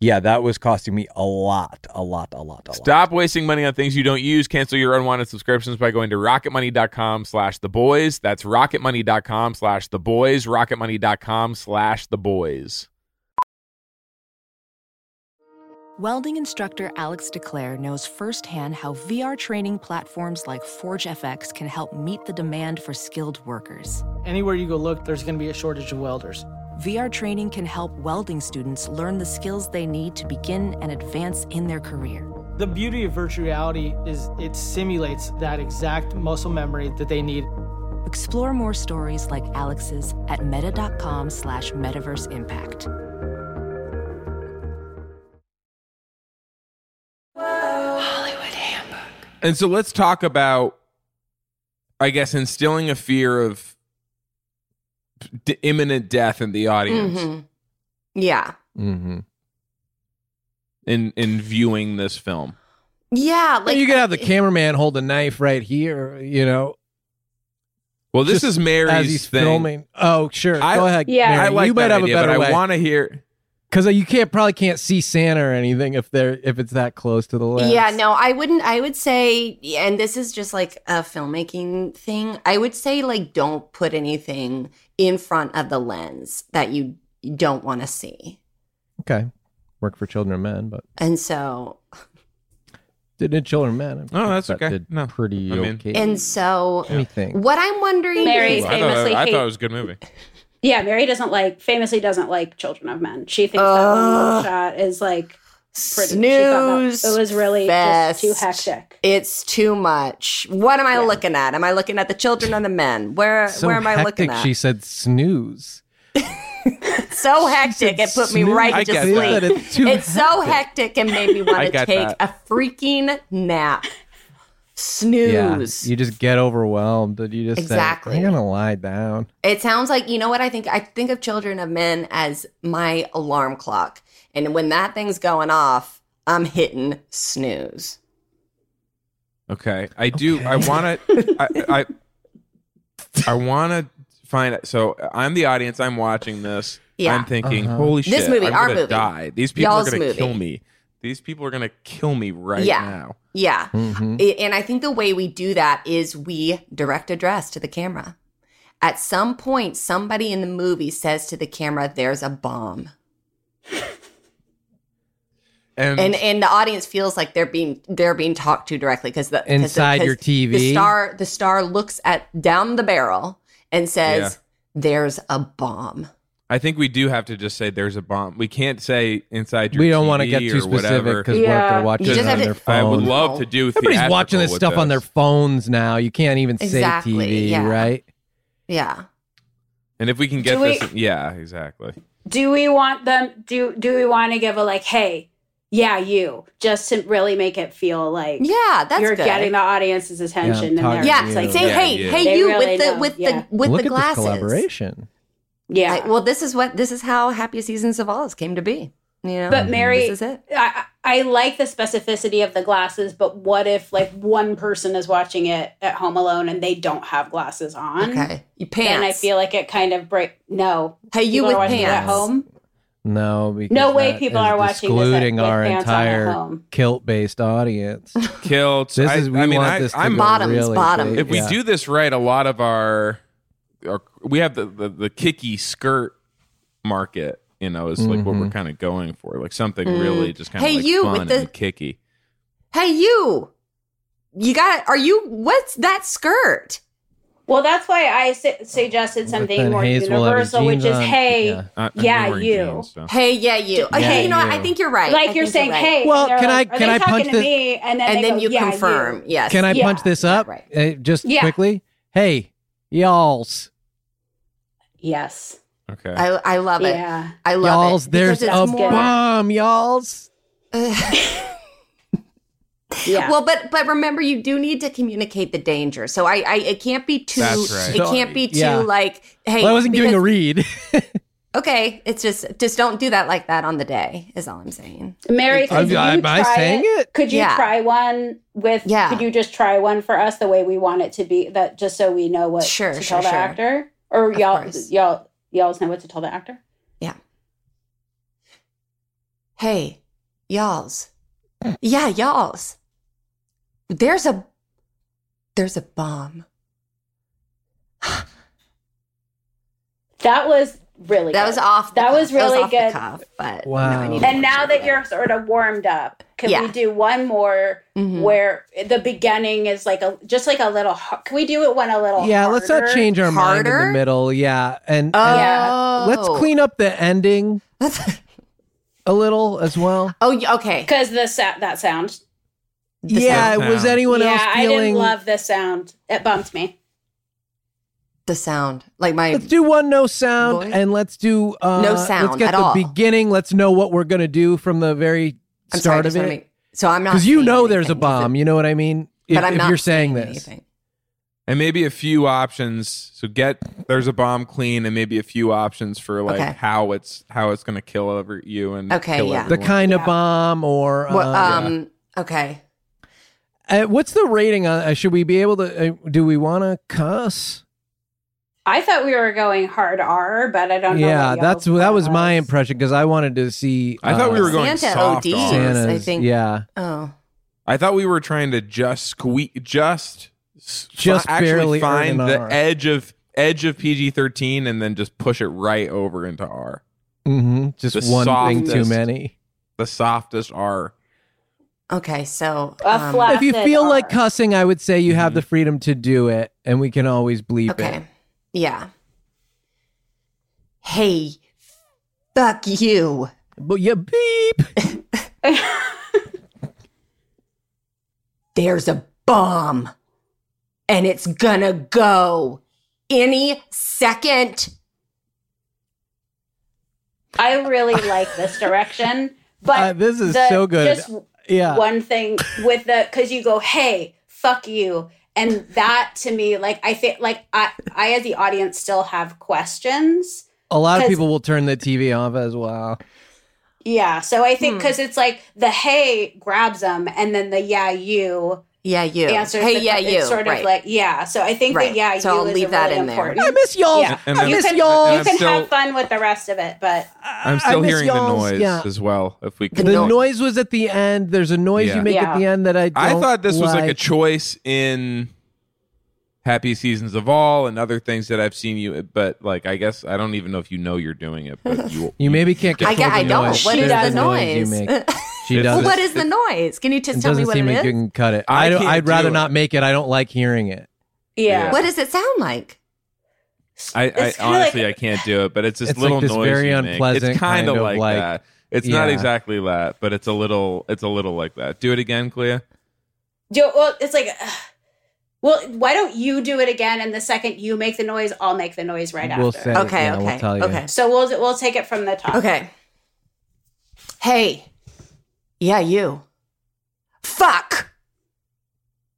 yeah, that was costing me a lot, a lot, a lot, a lot.
Stop wasting money on things you don't use. Cancel your unwanted subscriptions by going to rocketmoney.com slash the boys. That's rocketmoney.com slash the boys. Rocketmoney.com slash the boys.
Welding instructor Alex DeClaire knows firsthand how VR training platforms like ForgeFX can help meet the demand for skilled workers.
Anywhere you go look, there's going to be a shortage of welders.
VR training can help welding students learn the skills they need to begin and advance in their career.
The beauty of virtual reality is it simulates that exact muscle memory that they need.
Explore more stories like Alex's at meta.com slash metaverse impact.
And so let's talk about, I guess, instilling a fear of d- imminent death in the audience
Mhm. Yeah.
Mm-hmm.
in, in viewing this film.
Yeah. Like, uh,
Like, you could have the cameraman hold a knife right here, you know,
Well, this
Just
is Mary's
as he's
thing.
filming. Oh, sure.
I-
Go ahead.
Yeah.
Mary.
I
I like
you might
that
have
idea,
a better
but
way.
I want to hear.
because you can't probably can't see Santa or anything if they're if it's that close to the lens.
Yeah, no, I wouldn't. I would say, and this is just like a filmmaking thing. I would say, like, don't put anything in front of the lens that you don't want to see.
Okay, work for children and men, but
And so,
didn't children and men?
No, Oh, that's okay.
no, pretty
I mean-
okay.
and so,
anything.
what I'm wondering
Mary
is,
I thought,
famously
I thought
hate-
it was a good movie.
Yeah, Mary doesn't like famously doesn't like Children of Men. She thinks that one
Ugh.
little shot is like pretty. She thought that
Snooze
it was really just too
fest.
hectic.
It's too much. What am I looking at? Am I looking at the children or the men? Where
So
where am I looking
hectic,
at?
She said snooze.
so hectic it put me
snooze.
right
I
to
get
sleep.
that. It's too
so hectic and made me
I
want to
get
take
that.
a freaking nap. Snooze.
Yeah, you just get overwhelmed. and You just
Exactly.
Say, I'm gonna lie down.
It sounds like you know what I think. I think of Children of Men as my alarm clock, and when that thing's going off, I'm hitting snooze.
Okay, I do. I want to. I, I I want to find. it. So I'm the audience. I'm watching this.
Yeah.
I'm thinking,
Uh-huh.
holy shit!
This movie,
I'm
our
gonna
movie.
Die. These people
Y'all's
are gonna
movie.
kill me. These people are gonna kill me right
Yeah.
now.
Yeah.
Mhm.
I- And I think the way we do that is we direct address to the camera. At some point, somebody in the movie says to the camera, there's a bomb.
And,
And and the audience feels like they're being they're being talked to directly because the 'cause the-
Inside
'cause
your TV.
The star the star looks at down the barrel and says, There's a bomb.
I think we do have to just say there's a bomb. We can't say inside your.
we don't
want
want to get too specific because what if
Yeah.
they're watching
You
it
just
on
have to-
their
I would
phone?
love to do.
Everybody's watching this
theatrical
stuff
with
on their phones now. You can't even
Exactly,
say TV,
yeah.
right?
Yeah.
And if we can get
Do we-
this, yeah, exactly.
Do we want them? Do do we want to give a like, hey, yeah, you, just to really make it feel like
Yeah, that's
you're
good.
getting the audience's attention
talking
and they're
to
yeah,
just
you.
like,
say
Yeah,
hey,
yeah.
hey
They
you
really
with the
know,
with
yeah.
the with
Look
the
at this
glasses.
collaboration.
yeah.
Like, well, this is what this is how Happy Seasons of Oz came to be. You know,
Mm-hmm.
But Mary-
this is it.
I, I I like the specificity of the glasses, but what if like one person is watching it at home alone and they don't have glasses on?
Okay, you pants.
And mm-hmm. I feel like it kind of break. No,
hey, you
people
with
are watching it at
pants.
home.
No, because
No way
that
people
is
are watching this at-
excluding
with
our
pants on at
entire
home.
kilt-based audience.
Kilts.
This
I,
is we
I mean,
want
I,
this to
I'm
go
Bottoms,
really
bottoms.
big.
if we
Yeah.
do this right, a lot of our, our we have the, the the kicky skirt market. You know, is like
Mm-hmm.
what we're kind of going for, like something really just kind of
Mm. Hey,
like
you
fun
with the-
and kicky.
Hey, you. You got? Are you? What's that skirt?
Well, that's why I su- suggested something
then
more
Hayes will have his
universal, which
jeans
is
on.
hey,
Yeah.
yeah,
I- Uh, I'm wearing
you.
jeans, so.
Hey, yeah, you. Okay,
Yeah,
you know what? I
Oh. you.
think you're right. I
Like
think
you're saying,
right.
hey.
Well,
and they're
can
like,
I-
are
can
they
I punch
talking to
the-
me? And then
and
they
then
go,
you
"Yeah,
confirm. Yes.
Can I
Yeah.
punch this up
Right.
Uh, just
Yeah.
quickly? Hey, y'alls,
Yes.
Okay,
I, I love it.
Yeah.
I love
y'alls.
it.
There's
because
a
it's more-
bomb, y'alls.
Yeah.
Well, but but remember, you do need to communicate the danger. So I, I it can't be too.
That's right.
It can't be too
Yeah.
like. Hey,
Well, I wasn't giving
because-
a read.
Okay, it's just just don't do that like that on the day. Is all I'm saying.
Mary,
I'm-
could you
am I
try
saying it?
Could you
Yeah.
try one with?
Yeah.
Could you just try one for us the way we want it to be? That just so we know what
Sure,
to tell
sure,
the
sure.
actor, or
Of
y'all,
course.
y'all, y'all know what to tell the actor.
Hey, y'alls.
Hmm.
Yeah, y'alls. There's a there's a bomb.
That was really.
That
good.
was off. the
That
cuff.
was really
off
good.
The cuff, but
Wow.
No, I need to
And
watch
now
it
that
again.
you're sort of warmed up, can
Yeah.
we do one more
Mhm.
where the beginning is like a just like a little? har- Can we do it one a little?
yeah, let's not
harder?
change our mind in
Harder?
the middle. Yeah, and,
oh,
and
Yeah.
let's clean up the ending a little as well.
oh, y- okay.
because the sa- that sound.
This
yeah,
one.
was anyone
yeah,
else
I
feeling?
didn't love the sound. It bumped me.
The sound, like my
Let's do one no sound
Voice?
and let's do uh,
No sound
Let's get
at
the
all.
beginning. Let's know what we're gonna do from the very
I'm sorry,
start
just
of
wanna
it.
make- so I'm not
Because you
saying
know there's a
anything.
bomb. You know what I mean? If,
but I'm
if
not
you're saying this,
anything.
and maybe a few options. So get there's a bomb clean, and maybe a few options for like
Okay.
how it's how it's gonna kill over you and
Okay,
kill
yeah.
the
everyone.
kind of bomb or uh,
Well, um, okay.
uh, what's the rating? On, uh, should we be able to? Uh, do we want to cuss?
I thought we were going hard R, but I don't know.
yeah,
what y'all-
that's that was my impression because I wanted to see. uh,
I thought we were going
Santa
soft
ODs,
on.
I
Santa's,
think.
yeah.
Oh.
I thought we were trying to just squeak, just, s-
Just
actually
barely
find
earn an
the
R.
edge of edge of PG thirteen, and then just push it right over into R.
hmm Just
The
one thing too
softest.
many.
The softest R.
Okay, so
A
um,
flat-
If you
Classic
feel
R.
like cussing, I would say you have
Mm-hmm.
the freedom to do it, and we can always bleep
Okay.
it.
Yeah. Hey, fuck you.
But yeah, beep.
There's a bomb. And it's gonna go any second.
I really like this direction, but
Uh, this is
the-
so good.
Just
Yeah.
one thing with the because you go, hey, fuck you, and that to me, like I think, like I, I as the audience still have questions.
A lot of
'Cause-
people will turn the TV off as well.
Yeah, so I think
Hmm.
because it's like the hey grabs them, and then the yeah you
Yeah, you.
answers.
hey,
the-
yeah, you.
It's sort
right.
of like yeah. So I think
Right.
the yeah
So
you
I'll
is
leave
a
that
really
in there.
important.
I miss
Oh,
y'all.
Yeah.
And I'm-
I
you
miss
can,
y'all.
you
I'm
can
still-
have fun with the rest of it, but
I'm still
miss
hearing the
y'all's-
noise
yeah.
as well. If we
The
could,
noise.
noise was at the end. There's a noise
Yeah.
you make at
Yeah.
the end that I. Don't
I thought this was like a
like.
choice in Happy Seasons of All and other things that I've seen you. But like, I guess I don't even know if you know you're doing it. But you,
You maybe can't
I
control
get-
the
I don't.
noise.
What
There's
is the
you
noise?
make. She
It's
does.
just-
it.
what is the noise? Can you just
It
tell me
doesn't
what it
seem like you
is?
can cut it.
I
I don't,
can't
I'd
do
rather
it.
not make it. I don't like hearing it.
yeah.
What does it sound like?
I, I
It's kinda like-
honestly I can't do it. But it's this
It's like
little
this
noise.
very
you make.
unpleasant
It's
kind
kinda
of
like,
like-
that. It's not
Yeah.
exactly that, but it's a little. It's a little like that. Do it again, Clea.
Do, well, it's like, ugh. well, why don't you do it again? And the second you make the noise, I'll make the noise right
we'll
after.
say.
Okay,
yeah,
okay,
We'll tell you.
okay.
So we'll we'll take it from the top.
Okay. Hey. Yeah, you. Fuck.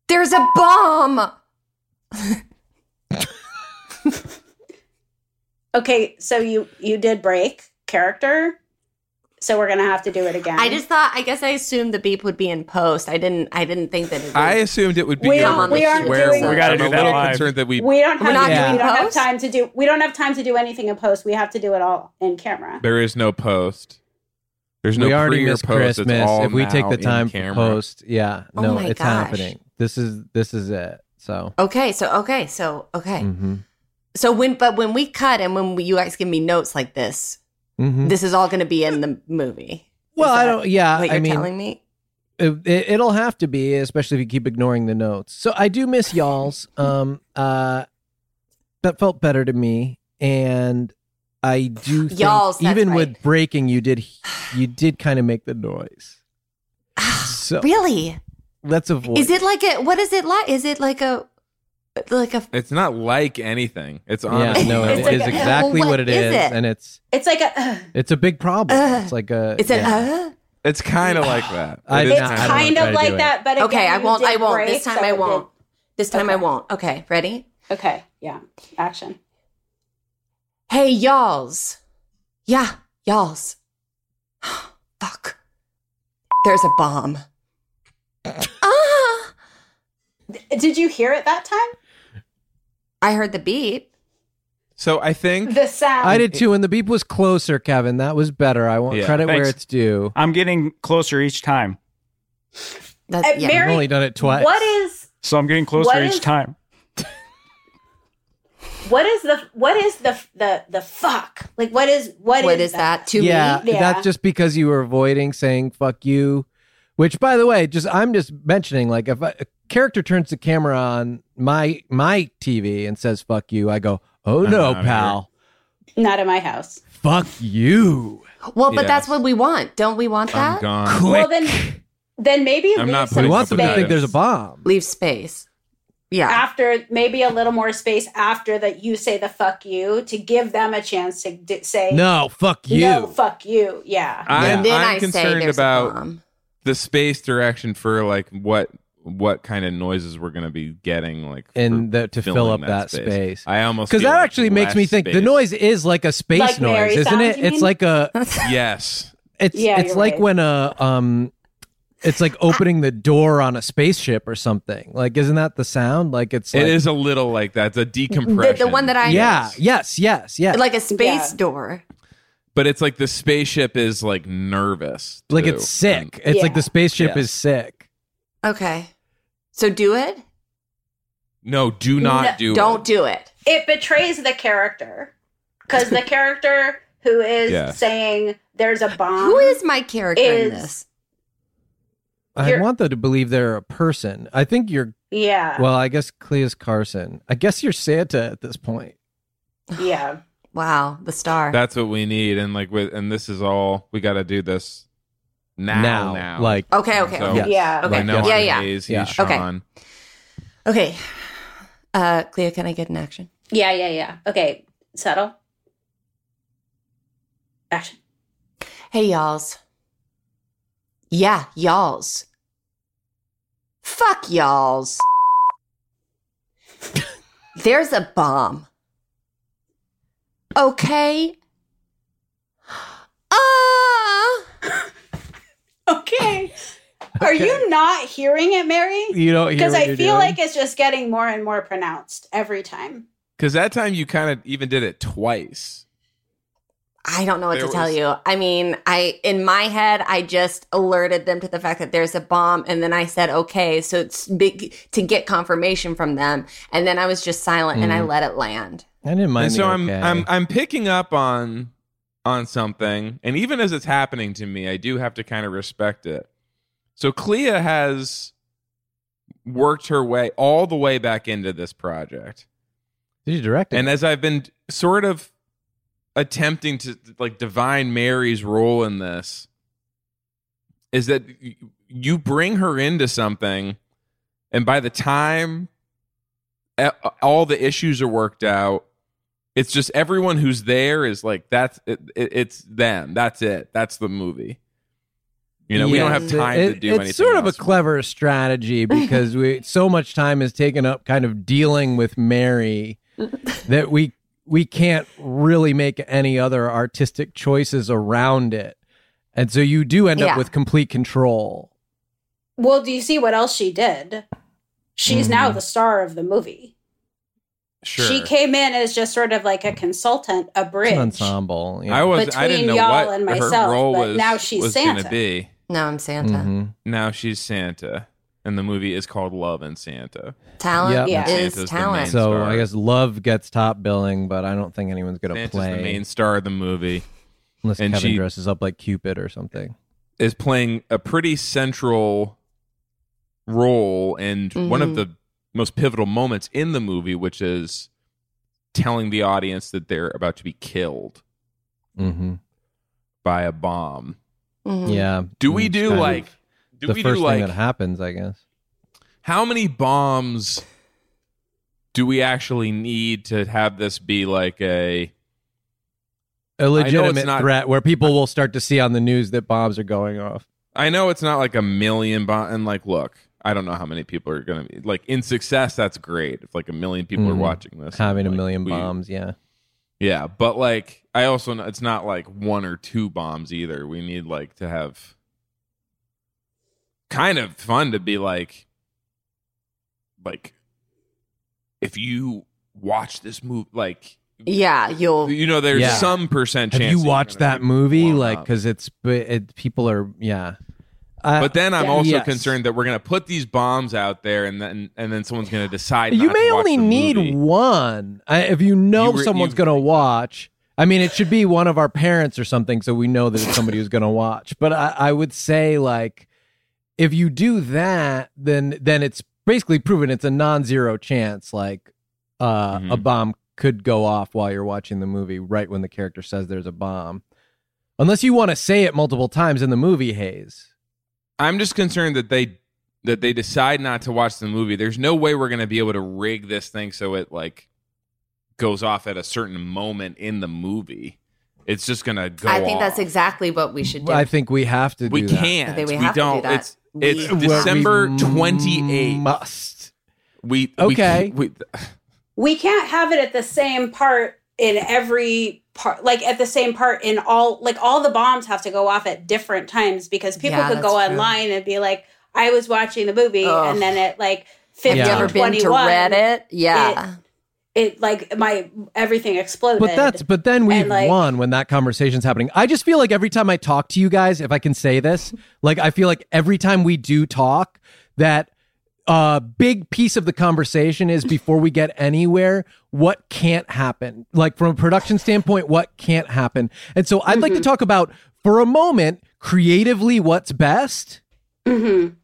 There's a bomb.
Okay. So you you did break character, so we're gonna have to do it again.
I just thought. I guess I assumed the beep would be in post. I didn't. I didn't think that it. Would.
I assumed it would be
We
your
don't-
one
we
that's
aren't
where
doing
we're
We
gotta
I'm
do
a
that
little
live.
concerned that we
we don't
We're
have
not
we
doing
don't have
post?
time to do we don't have time to do anything in post. We have to do it all in camera.
there is no post. There's no
we already
pre or
missed
post. It's
Christmas.
all
If we take
now
the
in
time for
camera.
post, yeah,
Oh
no,
my
it's
gosh.
happening. This is this is it. So,
okay. So okay. So okay.
hmm
Mm-hmm.
So when but when we cut and when we, you guys give me notes like this, this is all going to be in the movie.
Mm-hmm. well,
Is
I
that
don't. Yeah,
What you're
Hmm. I mean,
telling me?
it, it- it'll have to be, especially if you keep ignoring the notes. So I do miss y'all's. Um, uh, that felt better to me, and I do think
Y'all's, that's
even
right.
with breaking, you did you did kind of make the noise. So
Really?
let's avoid.
Is it like a? What is it like? Is it like a? Like a?
It's not like anything. It's
Yeah,
honestly
no,
not
it
It's
is
like a-
exactly
Well,
what
what
it is,
is it?
and it's
It's like a ugh.
it's a big problem.
Uh,
Ugh.
it's like a.
It's
yeah.
an. Uh,
It's kind of like that.
I
It
did
is
not-
kinda
I don't
kind
wanna try
of
to
like
do it.
that, but again,
okay, I
you
won't.
did
I won't.
break,
This time
so
I
it did-
won't. This time I
Okay.
won't. Okay, ready?
Okay, yeah, action.
Hey, y'alls. Yeah, y'alls. Fuck. There's a bomb. ah!
Did you hear it that time?
I heard the beep.
So I think
The sound.
I did too, and the beep was closer, Kevin. That was better. I want
Yeah,
credit where
thanks.
it's due.
I'm getting closer each time.
Uh,
That, yeah.
I've
Mary,
only done it twice.
What is
So I'm getting closer
What
each
is-
time.
what is the what is the the the fuck like what is
what is that to
yeah,
me?
Yeah.
that's just because you were avoiding saying "fuck you," which, by the way, just I'm just mentioning like if I, a character turns the camera on my my TV and says "fuck you," I go, "Oh
I'm
no,
outta
pal,
not in my house
fuck you."
Well, but that's
Yes.
what we want. Don't we want
I'm
that?
gone.
Quick.
well then then maybe
I'm
leave
not
we
putting
want
up with
them to
that.
think there's a bomb.
Leave space. Yeah.
after maybe a little more space after that you say the fuck you to give them a chance to d- say
No, fuck you.
no fuck you yeah
I'm,
and then
I'm
I say
concerned
there's a
about
bomb.
the space direction for like what what kind of noises we're gonna be getting like
And
for
the- to fill
filling
up that space.
I almost
Because
feel
that
like
actually makes
less
me think the
space.
noise is like a space
Like
noise,
Mary
isn't
sounds,
it?
you
It's
mean?
like a
Yes,
It's
Yeah,
it's
you're
like
right.
when a um It's like opening the door on a spaceship or something. Like, isn't that the sound? Like, it's
It
like,
is a little like that. The
The,
decompression.
the one that I
yeah, yes, yes, yes.
like a space door.
but it's like the spaceship is like nervous.
like
too.
it's sick. It's like
Yeah.
the
Yes.
spaceship is sick.
Okay, so do it.
No, do not
No,
do
Don't
it.
do it.
it betrays the character because the character who is
Yeah.
saying there's a bomb
Who is my character in
is-
this?
I
You're-
want them to believe they're a person. I think you're.
yeah
Well, I guess Clea's Carson. I guess you're Santa at this point.
yeah
Wow, the star.
That's what we need. And like with and this is all we got to do this now. Now,
like
Oh.
okay, okay,
So-
okay.
yeah
Okay.
I know
Yeah,
I'm
yeah.
Hayes, he's
Yeah.
Okay.
Sean.
Okay. Uh, Clea, can I get an action?
yeah yeah yeah okay settle action
Hey, y'alls. Yeah, y'alls. Fuck y'alls. There's a bomb. Okay. Ah!
okay are you not hearing it mary
You don't hear
because
what
i
you're
feel
doing?
like it's just getting more and more pronounced every time
Because that time you kind of even did it twice.
I don't know what
There
to tell
was-
you. I mean, I in my head, I just alerted them to the fact that there's a bomb, and then I said, "Okay," so it's big to get confirmation from them, and then I was just silent and I
Mm.
let it land.
I didn't mind.
and so
the
I'm
okay.
I'm I'm picking up on on something, and even as it's happening to me, I do have to kind of respect it. So Clea has worked her way all the way back into this project.
Did you direct it?
And as I've been sort of attempting to like divine Mary's role in this, is that y- you bring her into something, and by the time a- all the issues are worked out, it's just everyone who's there is like that's it, it- it's them. That's it. That's the movie. You know, we don't
Yes.
have time
It-
to do
it's
anything.
sort of
else.
a clever strategy because we so much time is taken up kind of dealing with Mary that we we can't really make any other artistic choices around it. And so you do end
Yeah.
up with complete control.
well do you see what else she did she's
Mm-hmm.
now the star of the movie
sure.
She came in as just sort of like a consultant, a
It's
bridge.
an ensemble.
I was. I didn't
between
know
y'all
what
and
her
myself,
role
but
was.
now she's
was gonna
Santa.
be.
No, I'm Santa.
hmm
Now she's Santa, and the movie is called Love and Santa.
Talent
Yep. Yeah.
is
Santa's the
talent.
main-
So
star.
I guess love gets top billing, but I don't think anyone's going to
Santa's
play
the main star of the movie.
unless
and
Kevin
she-
dresses up like Cupid or something.
Is playing a pretty central role and one of
Mhm.
the most pivotal moments in the movie, which is telling the audience that they're about to be killed
hmm
by a bomb.
Mhm.
Yeah. Mm,
Do we
It's
do
kind of
like? Do
the
we
first
do like?
thing that happens? I guess.
how many bombs do we actually need to have this be like a
a
it's
legitimate
not-
threat where people will start to see on the news that bombs are going off.
I know it's not like a million bomb and like look, I don't know how many people are gonna be like in success, that's great. If like a million people are
Mhm.
watching this.
Having a
like,
million
we-
bombs, yeah.
Yeah, but like I also know it's not like one or two bombs either. We need like to have kind of fun to be like like if you watch this movie like
yeah, you'll.
you know there's
Yeah.
some percent chance
Have you
you're
watched
gonna
that
get
movie?
blown
Like,
up.
because it's but it, people are, yeah. Uh,
but then i'm
Yeah.
also
Yes.
concerned that we're gonna put these bombs out there and then and then someone's gonna decide
you
not to
may
watch
only
the
need
movie.
one I, if you know
You re-
someone's
you-
going to watch. I mean, it should be one of our parents or something, so we know that it's somebody who's going to watch. But I, I would say, like, if you do that, then then it's basically proven it's a non-zero chance. Like, uh, a
Mhm.
bomb could go off while you're watching the movie, right when the character says there's a bomb, unless you want to say it multiple times in the movie. Haze.
i'm just concerned that they that they decide not to watch the movie there's no way we're gonna be able to rig this thing so it like goes off at a certain moment in the movie it's just gonna go
I think
off.
that's exactly what we should do.
I think we have to.
we
do that.
can't
I think we
we,
have to do
don't
that.
it's it's
We-
Well, we
december 28th
Must.
we
Okay.
we, we
we can't have it at the same part in every part like at the same part in all like all the bombs have to go off at different times because people
Yeah,
could go
that's true.
online and be like i was watching the movie
Ugh.
and then at like
Have
50
you ever been to
21,
Reddit? Yeah.
it, like my everything exploded
But that's but then we've
And, like-
won when that conversation's happening. I just feel like every time I talk to you guys, if I can say this, like I feel like every time we do talk, that uh big piece of the conversation is before we get anywhere, what can't happen. Like from a production standpoint, what can't happen. And so I'd like to talk about for a moment creatively what's best
Mhm.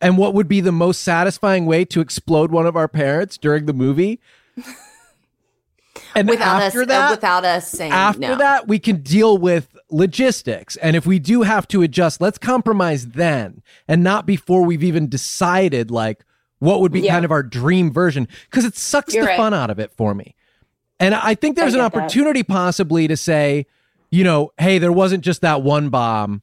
and what would be the most satisfying way to explode one of our parents during the movie. And
without
after
us, uh,
that,
without us saying
after
no.
that, we can deal with logistics. And if we do have to adjust, let's compromise then and not before we've even decided like what would be
Yeah.
kind of our dream version because it sucks
You're
the
right.
fun out of it for me. And I think there's
I
an
get that.
opportunity possibly to say, you know, hey, there wasn't just that one bomb.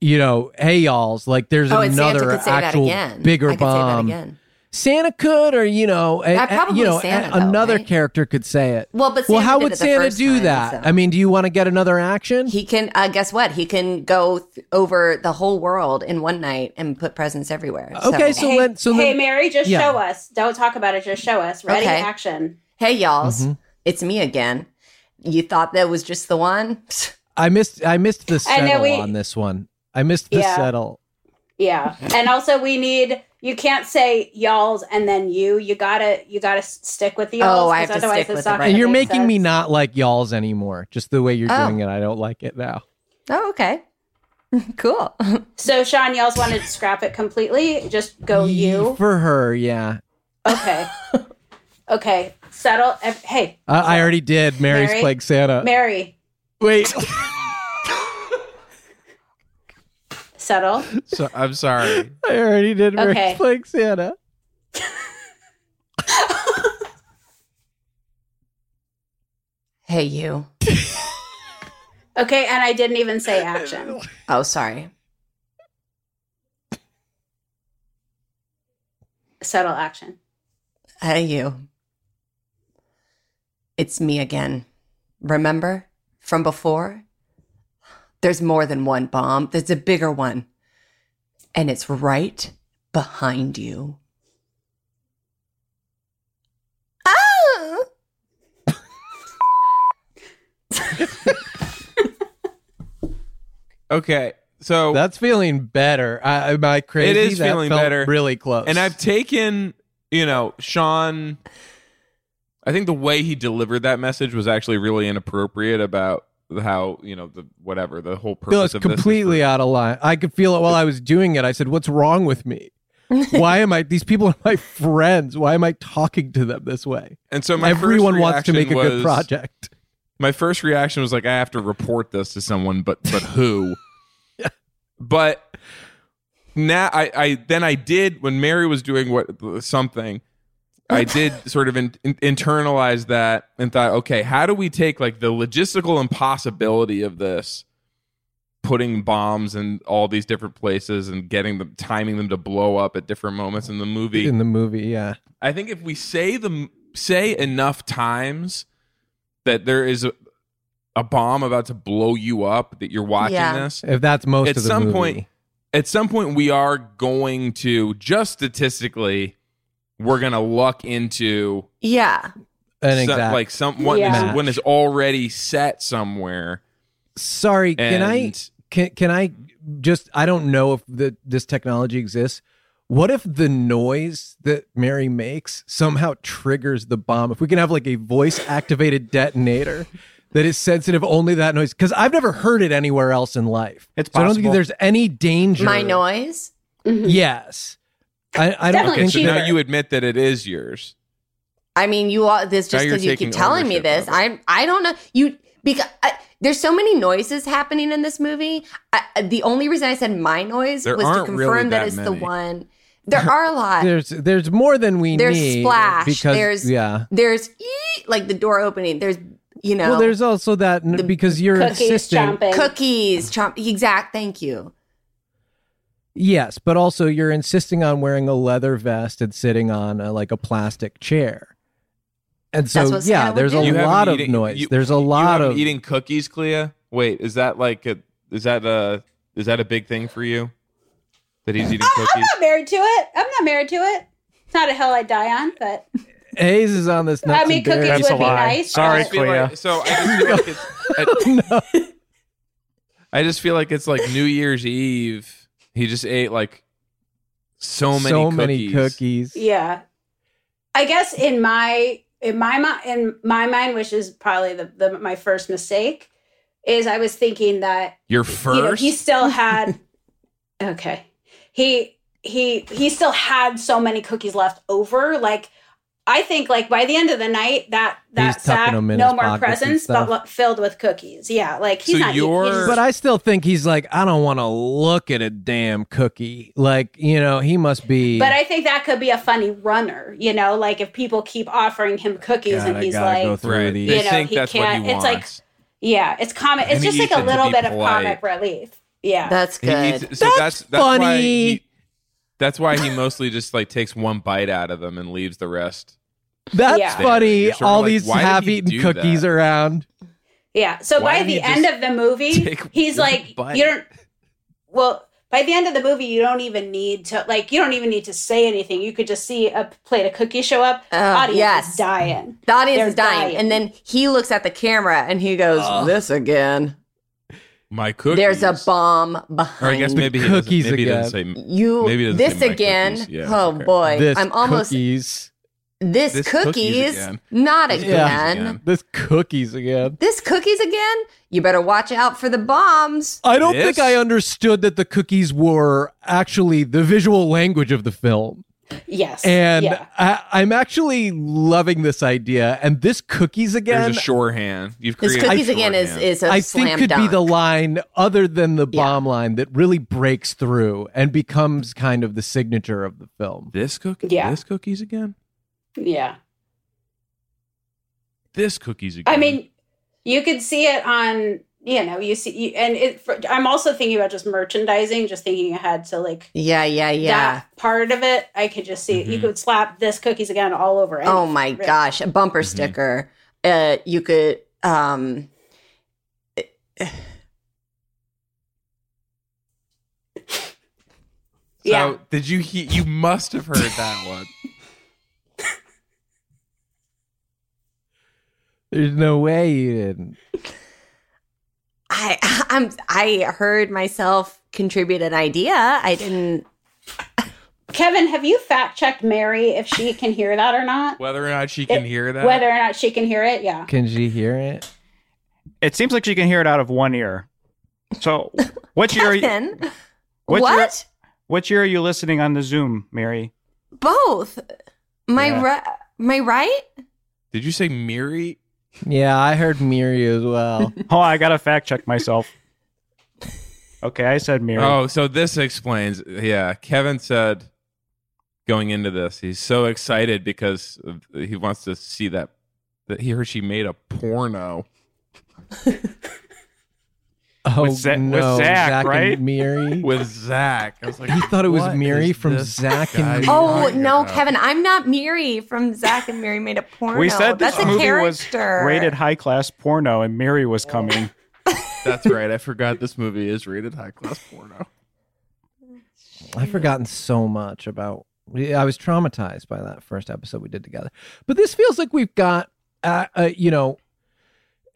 You know, hey y'all's like there's
oh, and Santa
another
could say that
actual
again.
bigger
I could
bomb.
Say that again.
Santa could, or you know, a,
Uh,
a-
probably
you know, a-
Santa, though,
another
right?
character could say it.
Well, but
well,
Santa
how
did
would
it the
Santa
first
do
time,
that?
so-
I mean, do you want to get another action?
He can. Uh, guess what? He can go th- over the whole world in one night and put presents everywhere.
Okay, so
hey,
let so
hey
let,
mary just
yeah.
show us don't talk about it just show us ready
Okay.
action
hey, y'all's,
Mhm.
it's me again. You thought that was just the one?
I missed I missed the
I know
settle
we-
on this one. I missed the
Yeah.
settle.
yeah and also we need you can't say y'all's and then you you gotta you gotta s- stick with the
Oh,
y'all's
I have
'cause
to
otherwise
stick with
it's
it,
not
right.
And
gonna
you're
make
making me
sense.
not like y'all's anymore. Just the way you're
Oh.
doing it, I don't like it now.
oh, okay, cool.
So Sean Yells wanted to scrap it completely. Just go you.
for her, yeah.
Okay. Okay. Settle. ev- Hey,
I, I already did. Mary's
Mary?
playing Santa.
Mary.
Wait,
Settle.
So, I'm sorry.
I already did. Mary's
Okay.
playing Santa.
hey, you.
Okay, and I didn't even say action.
Oh, sorry.
Settle action.
Hey, you. It's me again. Remember from before? There's more than one bomb, there's a bigger one. And it's right behind you. Oh!
Okay. So
That's feeling better. I, am I crazy?
is
That
feeling
felt
better.
Really close.
And I've taken, you know, Sean. I think the way he delivered that message was actually really inappropriate about how you know the whatever the whole purpose
no, it's
of this is
completely
for-
out of line. I could feel it while I was doing it. I said, "What's wrong with me? Why am I? These people are my friends. Why am I talking to them this way?
and so my
Everyone
first
wants to make
reaction
a good
was-
project."
My first reaction was like, I have to report this to someone, but but who? But now I, I then I did when Mary was doing what something. I did sort of in, in- internalize that and thought, okay, how do we take like the logistical impossibility of this, putting bombs in all these different places and getting them, timing them to blow up at different moments in the movie,
in the movie. Yeah,
I think if we say the say enough times that there is a, a bomb about to blow you up that you're watching
Yeah.
this,
if that's most
At
of the
some
movie.
point- at some point we are going to just statistically we're going to luck into
Yeah.
an
some-
exact.
like some one
Yeah.
is, one is already set somewhere
sorry,
and
can I can can I just? I don't know if the, this technology exists. What if the noise that Mary makes somehow triggers the bomb? If we can have like a voice activated detonator that is sensitive only to that noise, because I've never heard it anywhere else in life.
It's
So I don't think
possible.
there's any danger.
My noise?
Yes. I, I don't
Definitely
okay,
think
so
that-
now you admit that it is yours
I mean, you all this
Now
just
you're
because you
taking
keep telling me
ownership
this.
of it.
I'm I don't know you because I, there's so many noises happening in this movie. I, I- the only reason I said my noise
There
was to
aren't
confirm
really
that
that
it's the
many.
one. There are a lot. there's
there's there's more than we need.
splash.
Because,
there's
yeah.
There's ee, like the door opening. There's you know
Well, there's also that n- because you're
Cookies
insisting.
chomping.
cookies. Chomp, exact. Thank you.
Yes, but also you're insisting on wearing a leather vest and sitting on a, like a plastic chair. And so yeah, there's a
You have
lot
him
of
eating-
noise.
you-
there's a
you
lot
have him
of
eating cookies, Clea. Wait, is that like a is that a is that a big thing for you? That he's eating
I'm
cookies.
not married to it. I'm not married to it. It's not a hell I'd die on, but
Hayes is on this.
I
nuts
mean,
and berries.
cookies That's a would be lie. nice, Sorry,
just feel like- so I just feel like it's, I, I just feel like it's like New Year's Eve. He just ate like so many
so
cookies.
many cookies.
yeah. I guess in my in my mi- in my mind, which is probably the, the my first mistake, is I was thinking that
Your
you know,
first.
he still had okay he he he still had so many cookies left over like i think like by the end of the night that that
He's tucking
sack
'em in
no
his
more
pockets and
presents but
stuff.
lo- filled with cookies yeah like he's
So
not eating-
you're-
he's just-
But I still think he's like, I don't want to look at a damn cookie. Like, you know, he must be.
but I think that could be a funny runner, you know, like if people keep offering him cookies
God,
and
I
he's
gotta
like,
go through
Right.
these.
They
you know,
think
he
that's what he
can't. It's like,
wants.
yeah, it's comic.
And
It's
he
just like
eats
a
it to
little
be
bit of
polite.
comic relief. Yeah.
That's
He
good.
eats- so that's, that's Why
funny.
he, that's why he mostly just like takes one bite out of them and leaves the rest.
That's
Yeah.
funny.
You're sort of
All
like,
these
why did he
half-eaten
do
cookies
that?
around.
Yeah. So
Why
by
didn't
the
you
end
just
of the movie,
take
he's
one
like,
bite?
you don't. Well, by the end of the movie, you don't even need to like. You don't even need to say anything. You could just see a plate of cookies show up.
Oh,
audience
yes.
is dying.
The audience
They're
is dying.
dying.
And then he looks at the camera and he goes, This again.
My cookies.
There's a bomb behind
Or I guess maybe he doesn't-
Oh, cookies
maybe he doesn't say
you.
Maybe it doesn't
this
say my
again.
cookies. Yeah,
oh
okay.
boy.
this
I'm almost
cookies.
this,
This
cookies,
cookies again.
not
This cookies
again.
again.
This cookies again.
This cookies again? You better watch out for the bombs.
I don't
This-
think I understood that the cookies were actually the visual language of the film.
Yes.
And
yeah.
I, I'm actually loving this idea. And this cookies again,
There's a shorthand. You've
This
created. a
cookies again is
shorthand.
is a
I
slam
think could
dunk.
be the line other than the
Yeah.
bomb line that really breaks through and becomes kind of the signature of the film.
this cookie.
Yeah.
This cookies again.
yeah.
This cookies again.
I mean, you could see it on. You know, you see, you, and it, for, I'm also thinking about just merchandising, just thinking ahead. So, like,
yeah, yeah, yeah.
that part of it, I could just see. You
Mhm.
could slap this cookies again all over.
oh
anything,
my
really.
gosh, a bumper
Mhm.
sticker. Uh, you could um
So,
Yeah.
did you he- you must have heard that one.
There's no way you didn't.
I I'm I heard myself contribute an idea. I didn't
Kevin, have you fact checked Mary if she can hear that or not?
Whether or not she can hear that.
Whether or not she can hear it, yeah.
Can she hear it?
It seems like she can hear it out of one ear. So, what year? are you,
Kevin,
what's your-
what?
what year are you listening on the Zoom, Mary?
Both. Am I
Yeah.
ri- am I right?
did you say Miri?
Yeah, I heard Miri as well.
Oh, I gotta fact check myself. Okay, I said Mary.
Oh, so this explains. Yeah, Kevin said going into this, he's so excited because of- he wants to see that that he or she made a porno.
Oh
With Za- with
no,
Zach, right?
and Miri.
with Zach. I was like,
He thought it was
"What
Miri
is
from
this
Zach
guy
and Miri.
Oh
talking
no,
about?
Kevin! I'm not Miri from Zach and Miri made a porno.
we said this
That's a
movie
character.
was rated high class porno, and Mary was
Oh.
coming.
That's right. I forgot this movie is rated high class porno.
Mm-hmm.
I've forgotten so much about. I was traumatized by that first episode we did together. But this feels like we've got, uh, uh, you know,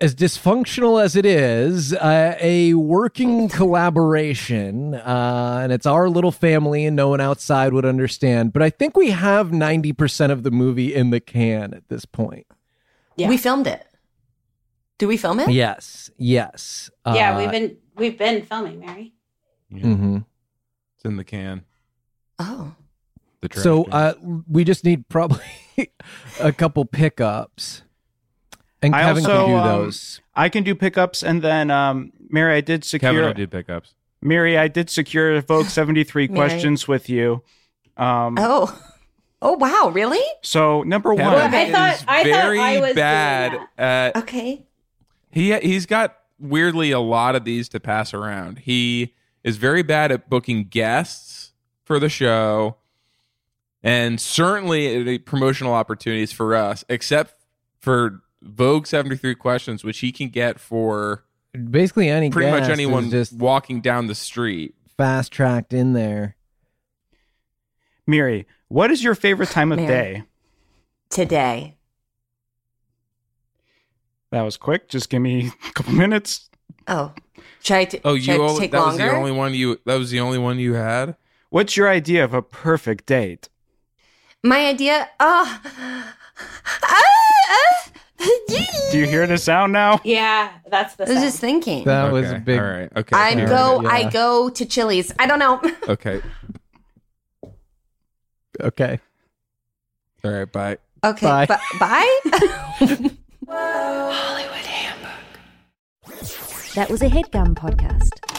as dysfunctional as it is, uh, a working collaboration, uh, and it's our little family, and no one outside would understand. But I think we have ninety percent of the movie in the can at this point.
Yeah.
We filmed it. Do we film it?
Yes, yes, Uh,
yeah, we've been we've been filming, Mary.
hmm
It's in the can.
Oh,
The trash
So
can.
uh, we just need probably a couple pickups, and
I
Kevin
also,
can do
um,
those.
I can do pickups, and then um, Mary, I did secure.
Kevin, I did pickups.
Mary, I did secure Vogue seventy three
Mary.
questions with you. Um,
oh, oh! Wow, really?
So number
Kevin
one,
Well, I thought-
is
I thought
very
I was doing
bad at
Okay.
He he's got weirdly a lot of these to pass around. He is very bad at booking guests for the show, and certainly at the promotional opportunities for us, except for Vogue 73 questions, which he can get for
Basically, any
pretty much
guest is
anyone
just
walking down the street.
fast tracked in there.
Miri, what is your favorite time of
Mary.
day?
Today.
That was quick. Just give me a couple minutes.
Oh, should I, t-
Oh,
should I
you only,
take
that was
longer?
the only one you that was the only one you had?
What's your idea of a perfect date?
My idea. Oh. Ah, ah.
Do you hear the sound now?
Yeah, that's the
I was
sound.
just thinking.
That was a
Okay,
big.
All right. Okay.
I
all
go.
Yeah.
I go to Chili's. I don't know.
right, Okay.
Okay.
All right. Bye.
Okay.
Bye.
bu- bye?
That was a headgum podcast.